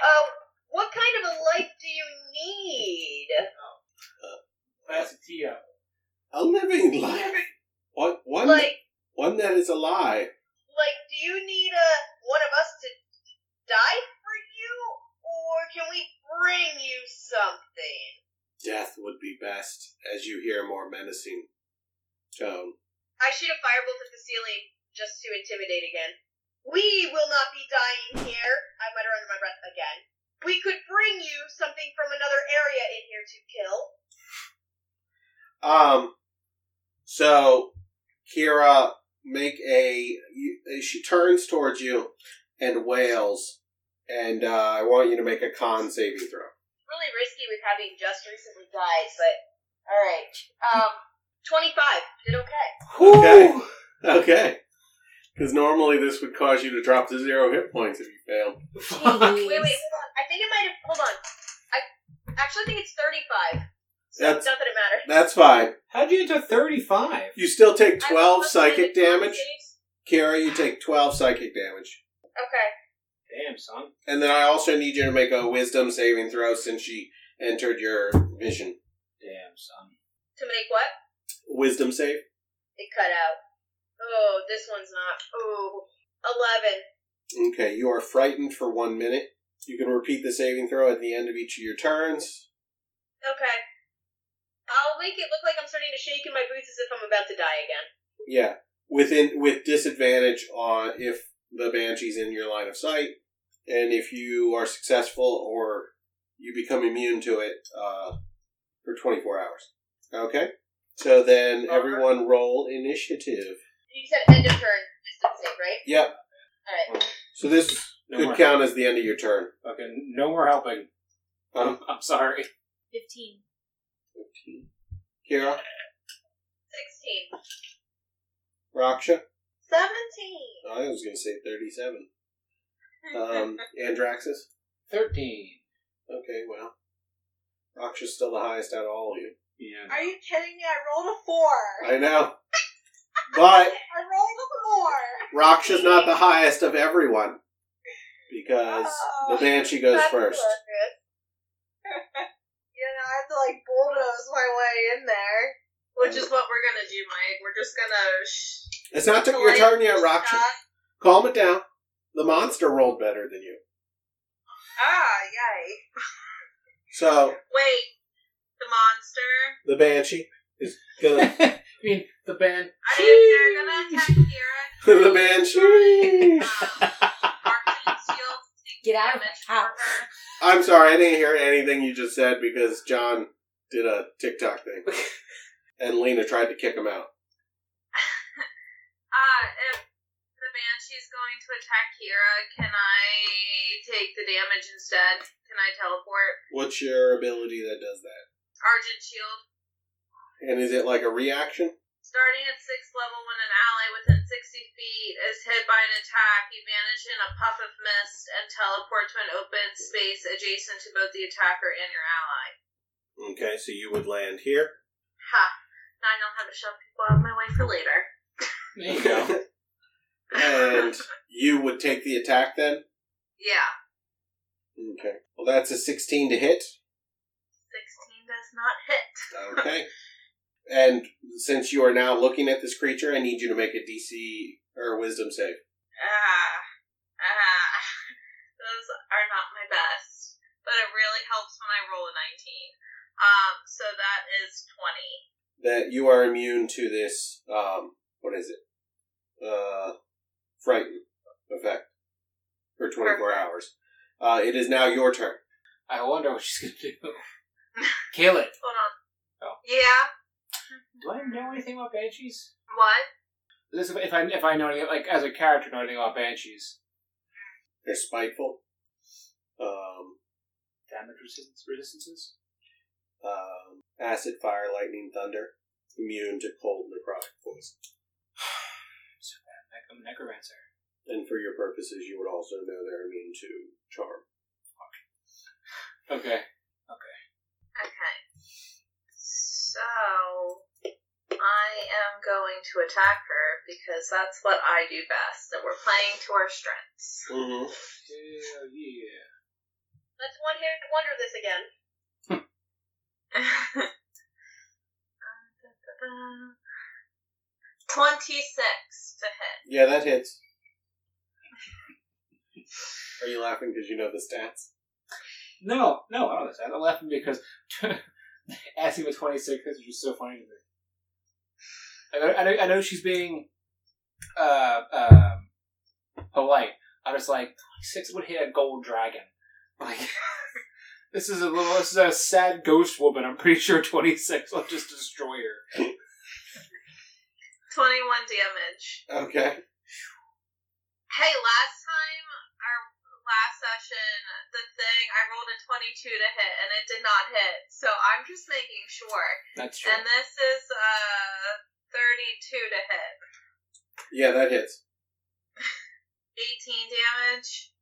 [SPEAKER 3] Uh, what kind of a life do you need?
[SPEAKER 4] That's Tia.
[SPEAKER 2] A living life. One, one,
[SPEAKER 3] Like,
[SPEAKER 2] one that is alive.
[SPEAKER 3] like, do you need uh, one of us to die for you, or can we bring you something?
[SPEAKER 2] Death would be best, as you hear more menacing tone.
[SPEAKER 3] I shoot a firebolt at the ceiling just to intimidate again. We will not be dying here. I mutter under my breath again. We could bring you something from another area in here to kill.
[SPEAKER 2] Um, so Kira, make a. She turns towards you and wails, and uh, I want you to make a con saving throw.
[SPEAKER 3] Really risky with having just recently died, but all right. Um, twenty-five did okay.
[SPEAKER 2] Okay. Okay. Because normally this would cause you to drop to zero hit points if you fail.
[SPEAKER 5] Jeez.
[SPEAKER 3] Wait, wait, hold on. I think it might have. Hold on. I actually think it's 35. So
[SPEAKER 2] That's-
[SPEAKER 3] not that it matters.
[SPEAKER 2] That's fine.
[SPEAKER 4] How'd you get to 35?
[SPEAKER 2] You still take
[SPEAKER 3] I
[SPEAKER 2] 12
[SPEAKER 3] was
[SPEAKER 2] psychic
[SPEAKER 3] looking at the
[SPEAKER 2] damage.
[SPEAKER 3] saves.
[SPEAKER 2] Kara, you take 12 psychic damage.
[SPEAKER 3] Okay.
[SPEAKER 4] Damn, son.
[SPEAKER 2] And then I also need you to make a wisdom saving throw since she entered your vision.
[SPEAKER 4] Damn, son.
[SPEAKER 3] To make what?
[SPEAKER 2] Wisdom save?
[SPEAKER 3] It cut out. Oh, this one's not. Oh. 11.
[SPEAKER 2] Okay, you are frightened for one minute. You can repeat the saving throw at the end of each of your turns.
[SPEAKER 3] Okay. I'll make it look like I'm starting to shake in my boots as if I'm about to die again.
[SPEAKER 2] Yeah, within with disadvantage on if the banshee's in your line of sight, and if you are successful or you become immune to it uh, for twenty four hours. Okay, so then everyone roll initiative.
[SPEAKER 3] You said end of turn wisdom save, right?
[SPEAKER 2] Yep.
[SPEAKER 3] Alright.
[SPEAKER 2] So this
[SPEAKER 4] No more
[SPEAKER 2] could count as the end of your turn.
[SPEAKER 4] Okay, no more helping.
[SPEAKER 2] Um,
[SPEAKER 4] I'm sorry.
[SPEAKER 5] 15.
[SPEAKER 2] Kira,
[SPEAKER 3] 16.
[SPEAKER 2] Raksha.
[SPEAKER 6] 17.
[SPEAKER 2] I was going to say thirty seven. Um, Andraxis.
[SPEAKER 4] 13.
[SPEAKER 2] Okay, well, Raksha's still the highest out of all of you.
[SPEAKER 4] Yeah.
[SPEAKER 6] Are you kidding me? I rolled a 4.
[SPEAKER 2] I know, but
[SPEAKER 6] I rolled a 4.
[SPEAKER 2] Raksha's not the highest of everyone because the
[SPEAKER 6] Oh.
[SPEAKER 2] banshee goes
[SPEAKER 3] That's
[SPEAKER 2] first.
[SPEAKER 3] hilarious.
[SPEAKER 6] You know, I have to like bulldoze my way in there.
[SPEAKER 3] Which is what we're gonna do, Mike. We're just gonna. Sh-
[SPEAKER 2] It's not took your turn yet, Raksha. Calm it down. The monster rolled better than you,
[SPEAKER 6] Ah, yay.
[SPEAKER 2] so
[SPEAKER 3] Wait. The monster.
[SPEAKER 2] the banshee is gonna.
[SPEAKER 4] I mean, the band.
[SPEAKER 3] I didn't. They're gonna attack Kira.
[SPEAKER 2] the banshee.
[SPEAKER 3] Arcane shield.
[SPEAKER 5] Get out of
[SPEAKER 3] damage
[SPEAKER 5] my house.
[SPEAKER 3] for her.
[SPEAKER 2] I'm sorry, I didn't hear anything you just said because John did a TikTok thing, and Lena tried to kick him out.
[SPEAKER 3] Uh, if the banshee's going to attack Kira, can I take the damage instead? Can I teleport?
[SPEAKER 2] What's your ability that does that?
[SPEAKER 3] Argent shield.
[SPEAKER 2] And is it like a reaction?
[SPEAKER 3] Starting at sixth level, when an ally within 60 feet is hit by an attack, you vanish in a puff of mist and teleport to an open space adjacent to both the attacker and your ally.
[SPEAKER 2] Okay, so you would land here.
[SPEAKER 3] Ha! Now I don't have to shove people out of my way for later.
[SPEAKER 4] There you go.
[SPEAKER 2] and you would take the attack then.
[SPEAKER 3] Yeah.
[SPEAKER 2] Okay. Well, that's a 16 to hit.
[SPEAKER 3] 16 does not hit.
[SPEAKER 2] Okay. and since you are now looking at this creature, I need you to make a DC or a wisdom save.
[SPEAKER 3] Ah, ah, those are not my best, but it really helps when I roll a 19. Um, so that is 20.
[SPEAKER 2] That you are immune to this. Um, what is it? Uh, frighten effect for 24 hours. Uh, it is now your turn.
[SPEAKER 4] I wonder what she's gonna do. Kill it.
[SPEAKER 3] Hold on.
[SPEAKER 4] Oh.
[SPEAKER 3] Yeah.
[SPEAKER 4] Do I know anything about banshees?
[SPEAKER 3] What?
[SPEAKER 4] This is if I if I know anything, like as a character know anything about banshees.
[SPEAKER 2] They're spiteful. Um,
[SPEAKER 4] Damage resistance resistances.
[SPEAKER 2] um, acid, fire, lightning, thunder, immune to cold, necrotic, poison.
[SPEAKER 4] So I'm a necromancer.
[SPEAKER 2] And for your purposes, you would also know they're immune to charm.
[SPEAKER 4] Okay.
[SPEAKER 3] Okay. So, I am going to attack her because that's what I do best, and we're playing to our strengths.
[SPEAKER 2] Mm-hmm.
[SPEAKER 4] Hell yeah.
[SPEAKER 3] Let's one hit wonder this again. Twenty-six to hit.
[SPEAKER 2] Yeah, that hits. Are you laughing because you know the stats?
[SPEAKER 4] No, no, I don't know. that. I'm laughing because asking for 26 is just so funny to me. I know, I know, I know she's being uh, um polite. I'm just like, 26 would hit a gold dragon. Like, this is a little, this is a sad ghost woman. I'm pretty sure 26 will just destroy her.
[SPEAKER 3] Twenty-one damage.
[SPEAKER 2] Okay.
[SPEAKER 3] Hey, last time our last session, the thing I rolled a twenty-two to hit, and it did not hit. So I'm just making sure.
[SPEAKER 4] That's true.
[SPEAKER 3] And this is uh thirty-two to hit.
[SPEAKER 2] Yeah, that hits.
[SPEAKER 6] 18 damage.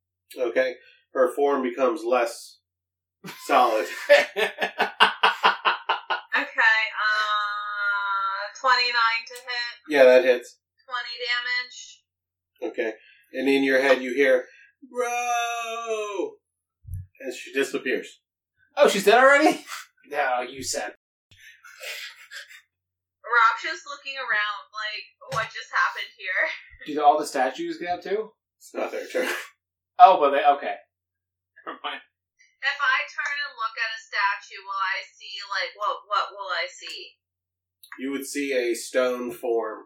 [SPEAKER 2] Okay, her form becomes less solid.
[SPEAKER 6] Okay, uh, 29 to hit,
[SPEAKER 2] yeah, that hits.
[SPEAKER 6] 20 damage.
[SPEAKER 2] Okay, and in your head you hear, "Bro," and she disappears.
[SPEAKER 4] oh, she's dead already? No, you said.
[SPEAKER 6] Rock's just looking around, like, what just happened here?
[SPEAKER 4] Do all the statues get up too?
[SPEAKER 2] It's not their turn.
[SPEAKER 4] Oh, well, they. Okay. Never mind.
[SPEAKER 6] If I turn and look at a statue, will I see, like, what, what will I see?
[SPEAKER 2] You would see a stone form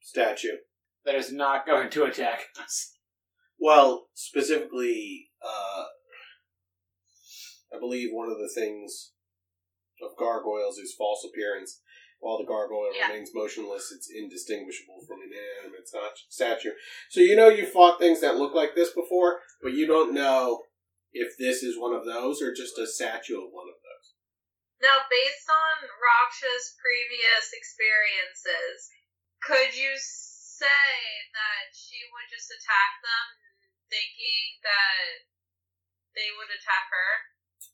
[SPEAKER 2] statue.
[SPEAKER 4] That is not going to attack us.
[SPEAKER 2] Well, specifically, uh, I believe one of the things of gargoyles is false appearance. While the gargoyle
[SPEAKER 6] Yeah.
[SPEAKER 2] remains motionless, it's indistinguishable from an inanimate sta- statue. So you know you fought things that look like this before, but you don't know if this is one of those or just a statue of one of those.
[SPEAKER 6] Now, based on Raksha's previous experiences, could you say that she would just attack them, thinking that they would attack her?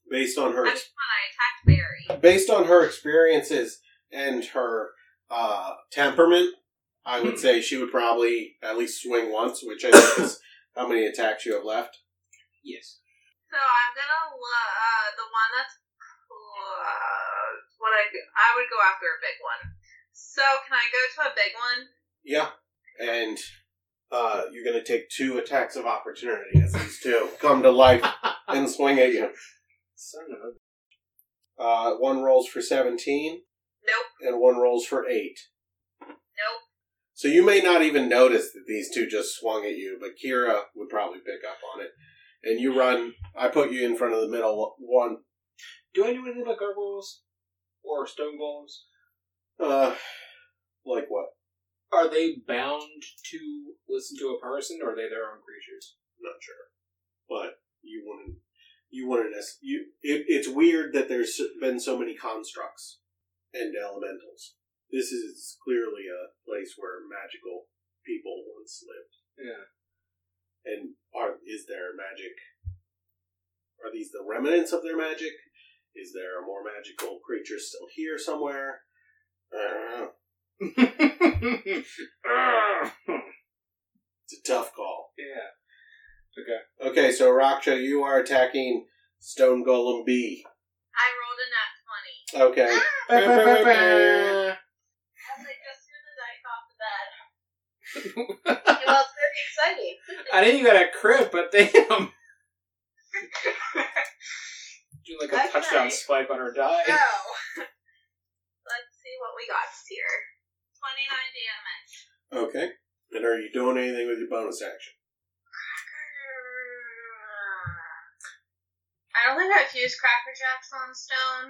[SPEAKER 2] Based on her
[SPEAKER 6] I mean, when I attacked Barry.
[SPEAKER 2] based on her experiences and her uh, temperament, I
[SPEAKER 4] Hmm.
[SPEAKER 2] would say she would probably at least swing once, which I think is how many attacks you have left.
[SPEAKER 4] Yes.
[SPEAKER 6] So I'm gonna lo- uh, the one that's cl- uh, what I g- I would go after a big one. So can I go to a big one?
[SPEAKER 2] Yeah, and uh, you're going to take two attacks of opportunity as these two come to life and swing at you.
[SPEAKER 4] Son of a.
[SPEAKER 2] Uh, one rolls for seventeen,
[SPEAKER 6] Nope,
[SPEAKER 2] and one rolls for eight.
[SPEAKER 6] nope.
[SPEAKER 2] So you may not even notice that these two just swung at you, but Kira would probably pick up on it. And you run. I put you in front of the middle one.
[SPEAKER 4] Do I know anything about gargoyles? Or stone golems?
[SPEAKER 2] Uh, like what?
[SPEAKER 4] Are they bound to listen to a person, or are they their own creatures?
[SPEAKER 2] I'm not sure, but you wouldn't. You wouldn't. as- You. It, it's weird that there's been so many constructs and elementals. This is clearly a place where magical people once lived.
[SPEAKER 4] Yeah.
[SPEAKER 2] And are is there magic? Are these the remnants of their magic? Is there a more magical creature still here somewhere? Uh, I don't know.
[SPEAKER 4] yeah.
[SPEAKER 2] It's a tough call.
[SPEAKER 4] Okay.
[SPEAKER 2] Okay, so Raksha, you are attacking Stone Golem B.
[SPEAKER 6] I rolled a nat twenty.
[SPEAKER 2] Okay.
[SPEAKER 6] As I just threw the dice off the bed. it was very exciting.
[SPEAKER 4] I think you got a crit, but damn. Do like a
[SPEAKER 6] Okay.
[SPEAKER 4] touchdown spike on her die.
[SPEAKER 6] So let's see what we got here. Twenty nine damage.
[SPEAKER 2] Okay. And are you doing anything with your bonus action?
[SPEAKER 6] I don't think I've used Cracker Jacks on stone.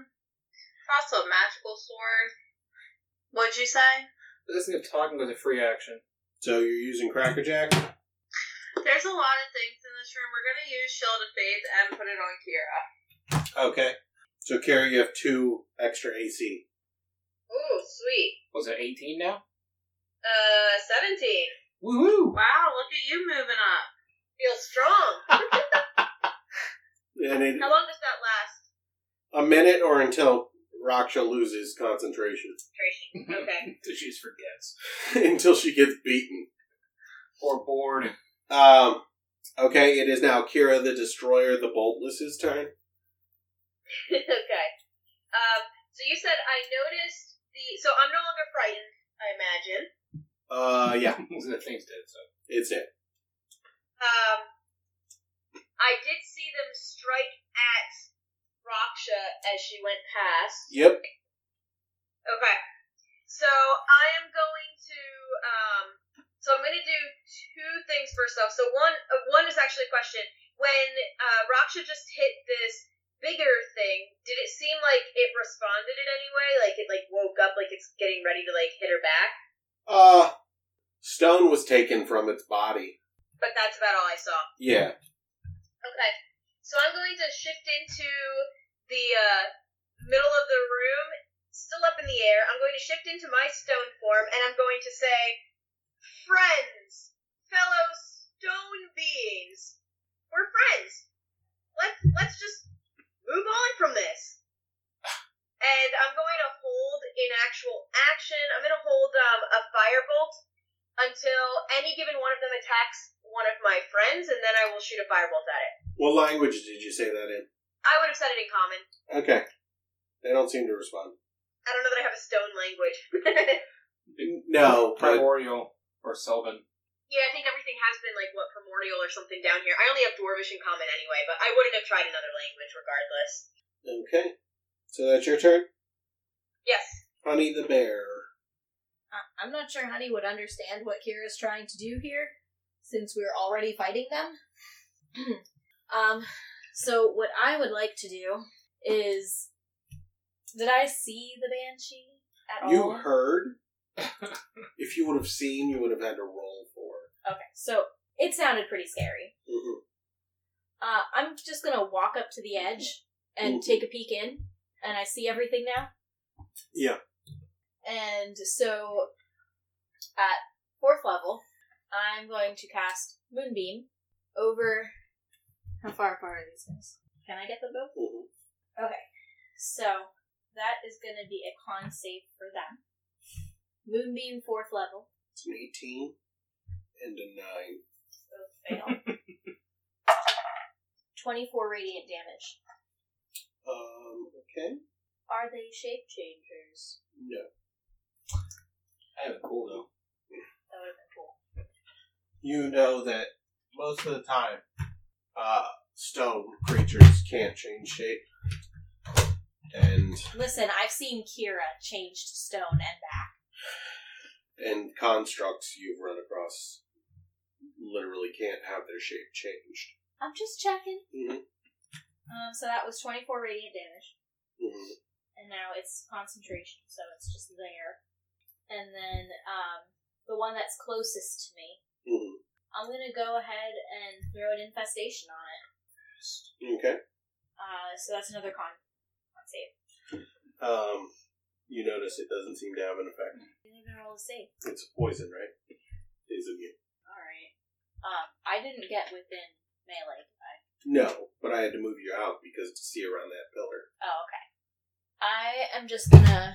[SPEAKER 6] Also, a magical sword. What'd you say?
[SPEAKER 4] This thing of talking was a free action.
[SPEAKER 2] So you're using Cracker Jack?
[SPEAKER 6] There's a lot of things in this room. We're gonna use Shield of Faith and put it on Kira.
[SPEAKER 2] Okay. So Carrie, you have two extra AC.
[SPEAKER 3] Ooh, sweet.
[SPEAKER 4] Was it 18 now?
[SPEAKER 3] Uh, 17.
[SPEAKER 4] Woohoo!
[SPEAKER 6] Wow, look at you moving up.
[SPEAKER 3] Feels strong.
[SPEAKER 2] And it,
[SPEAKER 6] How long does that last?
[SPEAKER 2] a minute or until Raksha loses concentration.
[SPEAKER 6] Okay.
[SPEAKER 4] she just forgets.
[SPEAKER 2] until she gets beaten.
[SPEAKER 4] Or bored.
[SPEAKER 2] Um, okay, it is now Kira the Destroyer, the Boltless's turn.
[SPEAKER 3] okay. Um, so you said I noticed the. So I'm no longer frightened, I imagine.
[SPEAKER 2] Uh, yeah,
[SPEAKER 4] the things did, so.
[SPEAKER 2] it's it.
[SPEAKER 3] Um, I did see them strike at Raksha as she went past.
[SPEAKER 2] Yep.
[SPEAKER 3] Okay. So I am going to. Um, so I'm going to do two things first off. So one, uh, one is actually a question. When uh, Raksha just hit this bigger thing, did it seem like it responded in any way? Like it like woke up, like it's getting ready to like hit her back.
[SPEAKER 2] Uh, stone was taken from its body.
[SPEAKER 3] But that's about all I saw.
[SPEAKER 2] Yeah.
[SPEAKER 3] Okay. So I'm going to shift into the uh, middle of the room, still up in the air. I'm going to shift into my stone form, and I'm going to say, Friends, fellow stone beings. We're friends. Let's let's just move on from this. And I'm going to hold in actual action. I'm going to hold um, a firebolt until any given one of them attacks one of my friends, and then I will shoot a firebolt at it.
[SPEAKER 2] What language did you say that in?
[SPEAKER 3] I would have said it in common.
[SPEAKER 2] Okay. They don't seem to respond.
[SPEAKER 3] I don't know that I have a stone language.
[SPEAKER 2] Mm, No, but
[SPEAKER 4] Primordial or Sylvan.
[SPEAKER 3] yeah, I think everything has been like what primordial or something down here. I only have dwarvish in common anyway, but I wouldn't have tried another language regardless.
[SPEAKER 2] okay. So that's your turn.
[SPEAKER 3] Yes.
[SPEAKER 2] Honey the bear.
[SPEAKER 5] I- I'm not sure Honey would understand what Kira's trying to do here, since we're already fighting them. um, so what I would like to do is, did I see the banshee at
[SPEAKER 2] You
[SPEAKER 4] Oh.
[SPEAKER 5] all?
[SPEAKER 2] heard? if you would have seen, you would have had to roll for it.
[SPEAKER 5] okay, so it sounded pretty scary.
[SPEAKER 2] Mhm.
[SPEAKER 5] Uh, I'm just gonna walk up to the edge and
[SPEAKER 2] Mhm.
[SPEAKER 5] take a peek in, and I see everything now.
[SPEAKER 2] Yeah.
[SPEAKER 5] And so, at fourth level, I'm going to cast Moonbeam over. How far apart are these guys? Can I get them both?
[SPEAKER 2] Mhm.
[SPEAKER 5] So, that is going to be a con save for them. Moonbeam, fourth level.
[SPEAKER 2] It's an 18 and a 9.
[SPEAKER 5] Both fail. 24 radiant damage.
[SPEAKER 2] Um, okay.
[SPEAKER 5] Are they shape changers?
[SPEAKER 2] No.
[SPEAKER 4] I have a cool though.
[SPEAKER 5] That would have been cool.
[SPEAKER 2] You know that most of the time, uh, stone creatures can't change shape. And
[SPEAKER 5] Listen, I've seen Kira change to stone and back.
[SPEAKER 2] and constructs you've run across literally can't have their shape changed.
[SPEAKER 5] I'm just checking.
[SPEAKER 2] Mhm.
[SPEAKER 5] Um, so that was 24 radiant damage.
[SPEAKER 2] Mhm.
[SPEAKER 5] and now it's concentration, so it's just there. And then um, the one that's closest to me,
[SPEAKER 2] Mhm.
[SPEAKER 5] I'm gonna go ahead and throw an infestation on it.
[SPEAKER 2] Okay.
[SPEAKER 5] Uh, so that's another con. con save.
[SPEAKER 2] Um, you notice it doesn't seem to have an effect.
[SPEAKER 5] You didn't even roll a save.
[SPEAKER 2] It's poison, right? Is immune.
[SPEAKER 5] All right. Um, I didn't get within melee. did I?
[SPEAKER 2] No, but I had to move you out because to see around that pillar.
[SPEAKER 5] Oh, okay. I am just gonna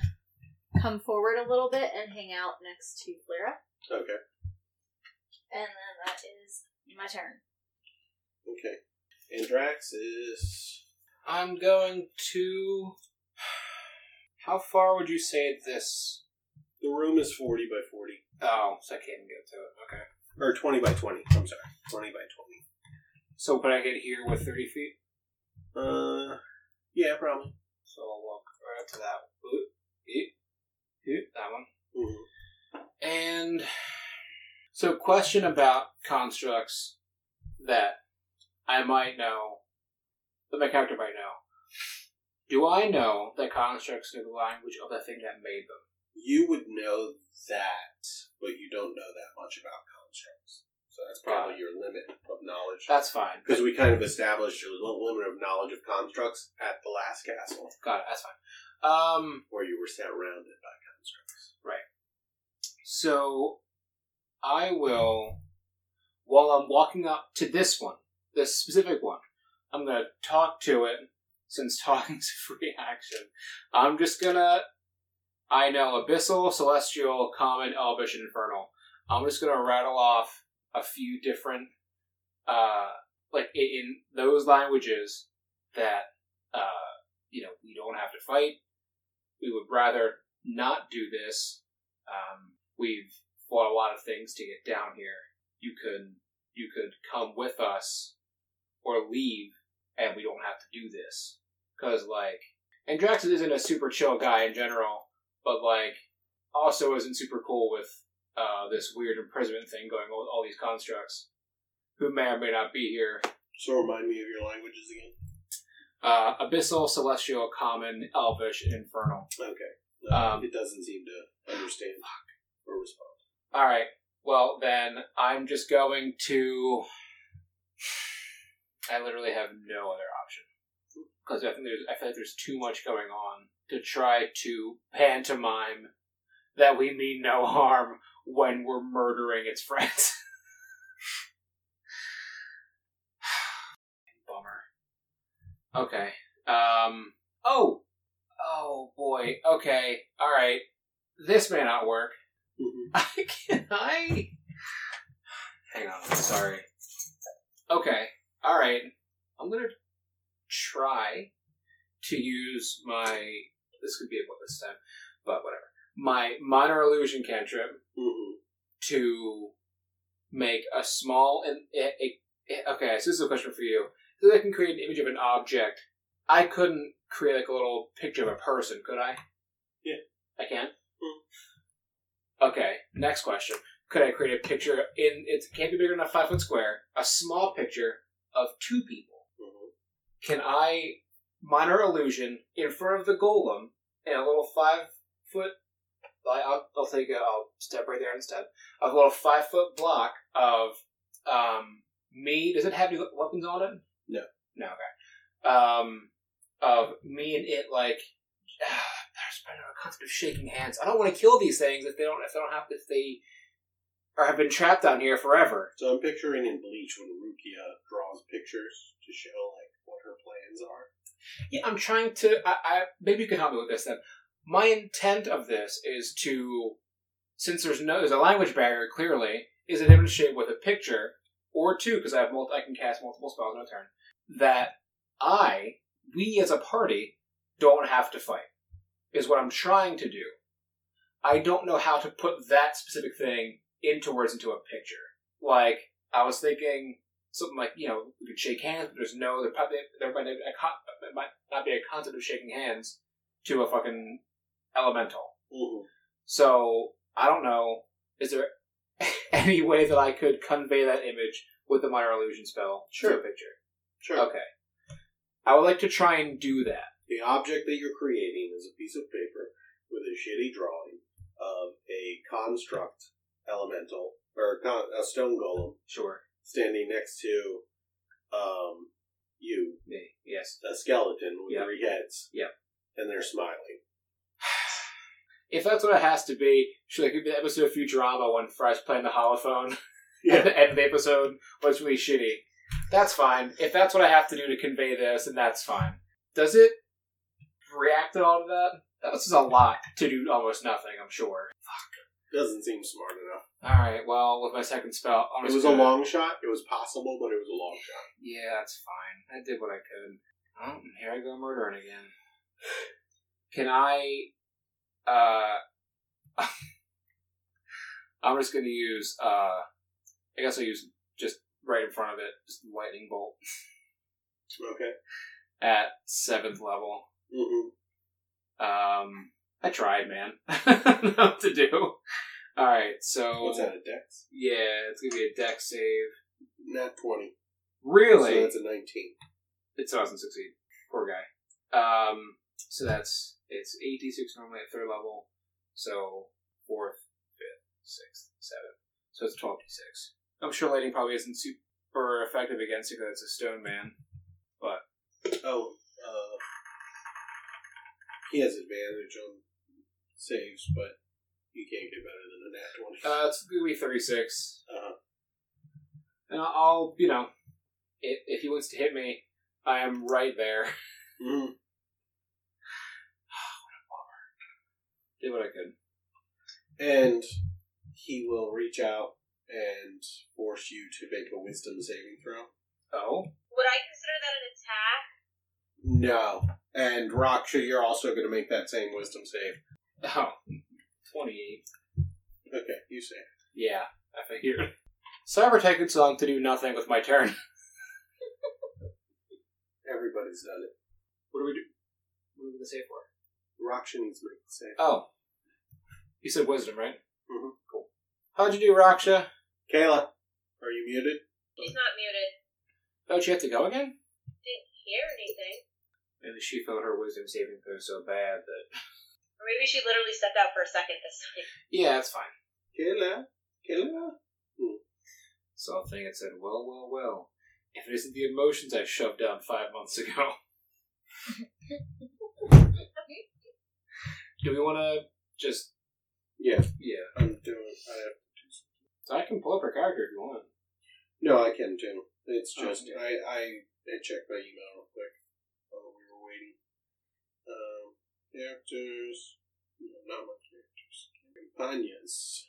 [SPEAKER 5] come forward a little bit and hang out next to Flora,
[SPEAKER 2] Okay.
[SPEAKER 5] and then that is my turn.
[SPEAKER 2] Okay. Andrax is
[SPEAKER 4] I'm going to. How far would you say this?
[SPEAKER 2] the room is forty by forty
[SPEAKER 4] Oh, so I can't even get to it. Okay.
[SPEAKER 2] or twenty by twenty. I'm sorry, twenty by twenty.
[SPEAKER 4] So, but I get here with 30 feet.
[SPEAKER 2] Uh, yeah, probably.
[SPEAKER 4] So I'll walk right up to that. Oop, oop, oop, that one.
[SPEAKER 2] Mhm.
[SPEAKER 4] And so, question about constructs that I might know, that my character might know. Do I know that constructs know the language of the thing that made them?
[SPEAKER 2] You would know that, but you don't know that much about constructs. So that's probably your limit of knowledge.
[SPEAKER 4] That's fine.
[SPEAKER 2] Because we kind of established your li- limit of knowledge of constructs at the last castle,
[SPEAKER 4] Got it. That's fine. Um,
[SPEAKER 2] where you were surrounded by constructs.
[SPEAKER 4] so I will, while I'm walking up to this one, this specific one, I'm gonna talk to it. Since talking's a free action, I'm just gonna. I know abyssal, celestial, common, elvish, and infernal. I'm just gonna rattle off a few different, uh, like in, in those languages that uh, you know we don't have to fight. We would rather not do this. Um, we've fought a lot of things to get down here. You could you could come with us or leave, and we don't have to do this because like and Drax isn't a super chill guy in general, but like also isn't super cool with uh, this weird imprisonment thing going on with all these constructs who may or may not be here.
[SPEAKER 2] So remind me of your languages again.
[SPEAKER 4] Uh, abyssal, celestial, common, elvish, and infernal.
[SPEAKER 2] Okay. No,
[SPEAKER 4] Um,
[SPEAKER 2] it doesn't seem to understand or respond.
[SPEAKER 4] All right. Well, then I'm just going to. I literally have no other option because I think there's I feel like there's too much going on to try to pantomime that we mean no harm when we're murdering its friends. Okay. Um. Oh. Oh boy. Okay. All right. This may not work.
[SPEAKER 2] Mm-hmm.
[SPEAKER 4] Can I? Hang on. Sorry. Okay. All right. I'm gonna try to use my. This could be a book this time, but whatever. My minor illusion cantrip
[SPEAKER 2] Mm-hmm.
[SPEAKER 4] to make a small and a, a- a- okay. So this is a question for you. So I can create an image of an object. I couldn't create like a little picture of a person, could I?
[SPEAKER 2] Yeah.
[SPEAKER 4] I can.
[SPEAKER 2] Mm.
[SPEAKER 4] Okay. Next question. Could I create a picture in? It can't be bigger than a five foot square. A small picture of two people.
[SPEAKER 2] Mm-hmm.
[SPEAKER 4] Can I minor illusion in front of the golem and a little five foot? I- I'll, I'll take a I'll step right there instead a little five foot block of um, me. Does it have any weapons on it?
[SPEAKER 2] No.
[SPEAKER 4] No. Okay. Um, of me and it like. There's been a concept of shaking hands. I don't want to kill these things if they don't if they don't have if they or have been trapped down here forever.
[SPEAKER 2] So I'm picturing in Bleach when Rukia draws pictures to show like what her plans are.
[SPEAKER 4] Yeah, I'm trying to. I, I maybe you can help me with this then. My intent of this is to, since there's no there's a language barrier clearly, is to demonstrate with a picture or two because I have multi, I can cast multiple spells in a turn that I we as a party don't have to fight is what I'm trying to do. I don't know how to put that specific thing into words into a picture. Like I was thinking something like you know we could shake hands, but there's no there probably there might, be a con- there might not be a concept of shaking hands to a fucking elemental.
[SPEAKER 2] Mm-hmm.
[SPEAKER 4] So I don't know. Is there any way that I could convey that image with the minor illusion spell?
[SPEAKER 2] Sure.
[SPEAKER 4] to a picture.
[SPEAKER 2] Sure.
[SPEAKER 4] Okay. I would like to try and do that.
[SPEAKER 2] The object that you're creating is a piece of paper with a shitty drawing of a construct elemental or con- a stone golem
[SPEAKER 4] Sure.
[SPEAKER 2] standing next to um, you,
[SPEAKER 4] Me. Yes.
[SPEAKER 2] a skeleton with
[SPEAKER 4] Yep.
[SPEAKER 2] three heads.
[SPEAKER 4] Yep.
[SPEAKER 2] And they're smiling.
[SPEAKER 4] If that's what it has to be, should I give the episode of Futurama when Fry's playing the holophone at
[SPEAKER 2] Yeah.
[SPEAKER 4] the end of the episode was really shitty? That's fine. If that's what I have to do to convey this, then that's fine. Does it react at all to that? That was just a lot to do almost nothing, I'm sure.
[SPEAKER 2] Doesn't seem smart enough.
[SPEAKER 4] Alright, well, with my second spell, I'm
[SPEAKER 2] It
[SPEAKER 4] just
[SPEAKER 2] was a
[SPEAKER 4] gonna-
[SPEAKER 2] long shot. It was possible, but it was a long shot.
[SPEAKER 4] Yeah, that's fine. I did what I could. Oh, and here I go murdering again. Can I? Uh, I'm just going to use. Uh, I guess I'll use just right in front of it, just lightning bolt
[SPEAKER 2] Okay.
[SPEAKER 4] at seventh level.
[SPEAKER 2] Mm-hmm.
[SPEAKER 4] Um, I tried, man. I don't know what to do. All right, so
[SPEAKER 2] What's that, a dex?
[SPEAKER 4] yeah, it's gonna be a deck save.
[SPEAKER 2] Not 20.
[SPEAKER 4] Really?
[SPEAKER 2] So that's a 19.
[SPEAKER 4] It still doesn't succeed. Poor guy. Um, so that's it's eight d six normally at third level. So fourth, fifth, sixth, seventh. So it's twelve d six. I'm sure lighting probably isn't super effective against it because it's a stone man.
[SPEAKER 2] Oh, uh, he has advantage on saves, but you can't get better than a nat twenty.
[SPEAKER 4] Uh, it's gonna be thirty six,
[SPEAKER 2] Uh-huh.
[SPEAKER 4] and I'll you know, if, if he wants to hit me, I am right there.
[SPEAKER 2] Mhm.
[SPEAKER 4] Did what I could.
[SPEAKER 2] And he will reach out and force you to make a wisdom saving throw.
[SPEAKER 4] Oh,
[SPEAKER 3] Would I consider that an attack?
[SPEAKER 2] No. And Raksha, you're also going to make that same wisdom save.
[SPEAKER 4] oh, 28.
[SPEAKER 2] Okay, you save.
[SPEAKER 4] Yeah, I figured. Cyber taking so long to do nothing with my turn.
[SPEAKER 2] Everybody's done it.
[SPEAKER 4] What do we do? What are we gonna say for?
[SPEAKER 2] Raksha needs to make the save.
[SPEAKER 4] Oh, you said wisdom, right?
[SPEAKER 2] Mhm.
[SPEAKER 4] Cool. How'd you do, Raksha?
[SPEAKER 2] Kayla, are you muted?
[SPEAKER 3] He's not muted.
[SPEAKER 4] Don't you have to go again?
[SPEAKER 3] Didn't hear anything.
[SPEAKER 4] Maybe she failed her wisdom saving throw so bad that.
[SPEAKER 3] Or maybe she literally stepped out for a second this time.
[SPEAKER 4] Yeah, that's fine.
[SPEAKER 2] Kayla? Kayla?
[SPEAKER 4] Something that said, "Well, well, well." If it isn't the emotions I shoved down five months ago. do we want to just?
[SPEAKER 2] Yeah,
[SPEAKER 4] Yeah.
[SPEAKER 2] I'm doing I
[SPEAKER 4] So I can pull up her character if you want.
[SPEAKER 2] No, I can too. It's
[SPEAKER 4] Oh,
[SPEAKER 2] just
[SPEAKER 4] okay.
[SPEAKER 2] I, I I checked my email real quick. Um, characters. No, not my characters. Companions.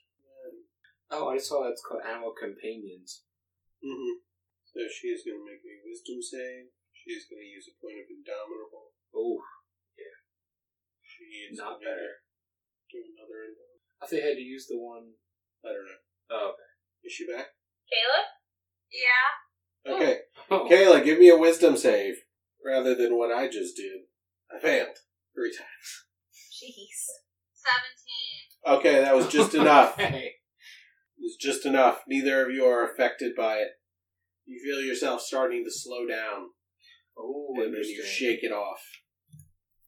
[SPEAKER 4] Oh, I saw that's called Animal Companions.
[SPEAKER 2] Mm-hmm. So she is going to make a wisdom save. She is going to use a point of indomitable.
[SPEAKER 4] Oh,
[SPEAKER 2] She is
[SPEAKER 4] Not
[SPEAKER 2] gonna
[SPEAKER 4] better.
[SPEAKER 2] Do another indomitable.
[SPEAKER 4] I think I had to use the one.
[SPEAKER 2] I don't know.
[SPEAKER 4] Oh,
[SPEAKER 2] Is she back?
[SPEAKER 3] Caleb?
[SPEAKER 6] Yeah.
[SPEAKER 4] Oh.
[SPEAKER 2] Okay.
[SPEAKER 4] okay.
[SPEAKER 2] Kayla, give me a wisdom save rather than what I just did. I failed three times.
[SPEAKER 5] Jeez.
[SPEAKER 6] 17.
[SPEAKER 2] Okay, that was just enough. It
[SPEAKER 4] Okay.
[SPEAKER 2] was just enough. Neither of you are affected by it. You feel yourself starting to slow down,
[SPEAKER 4] Oh,
[SPEAKER 2] and then you
[SPEAKER 4] interesting.
[SPEAKER 2] shake it off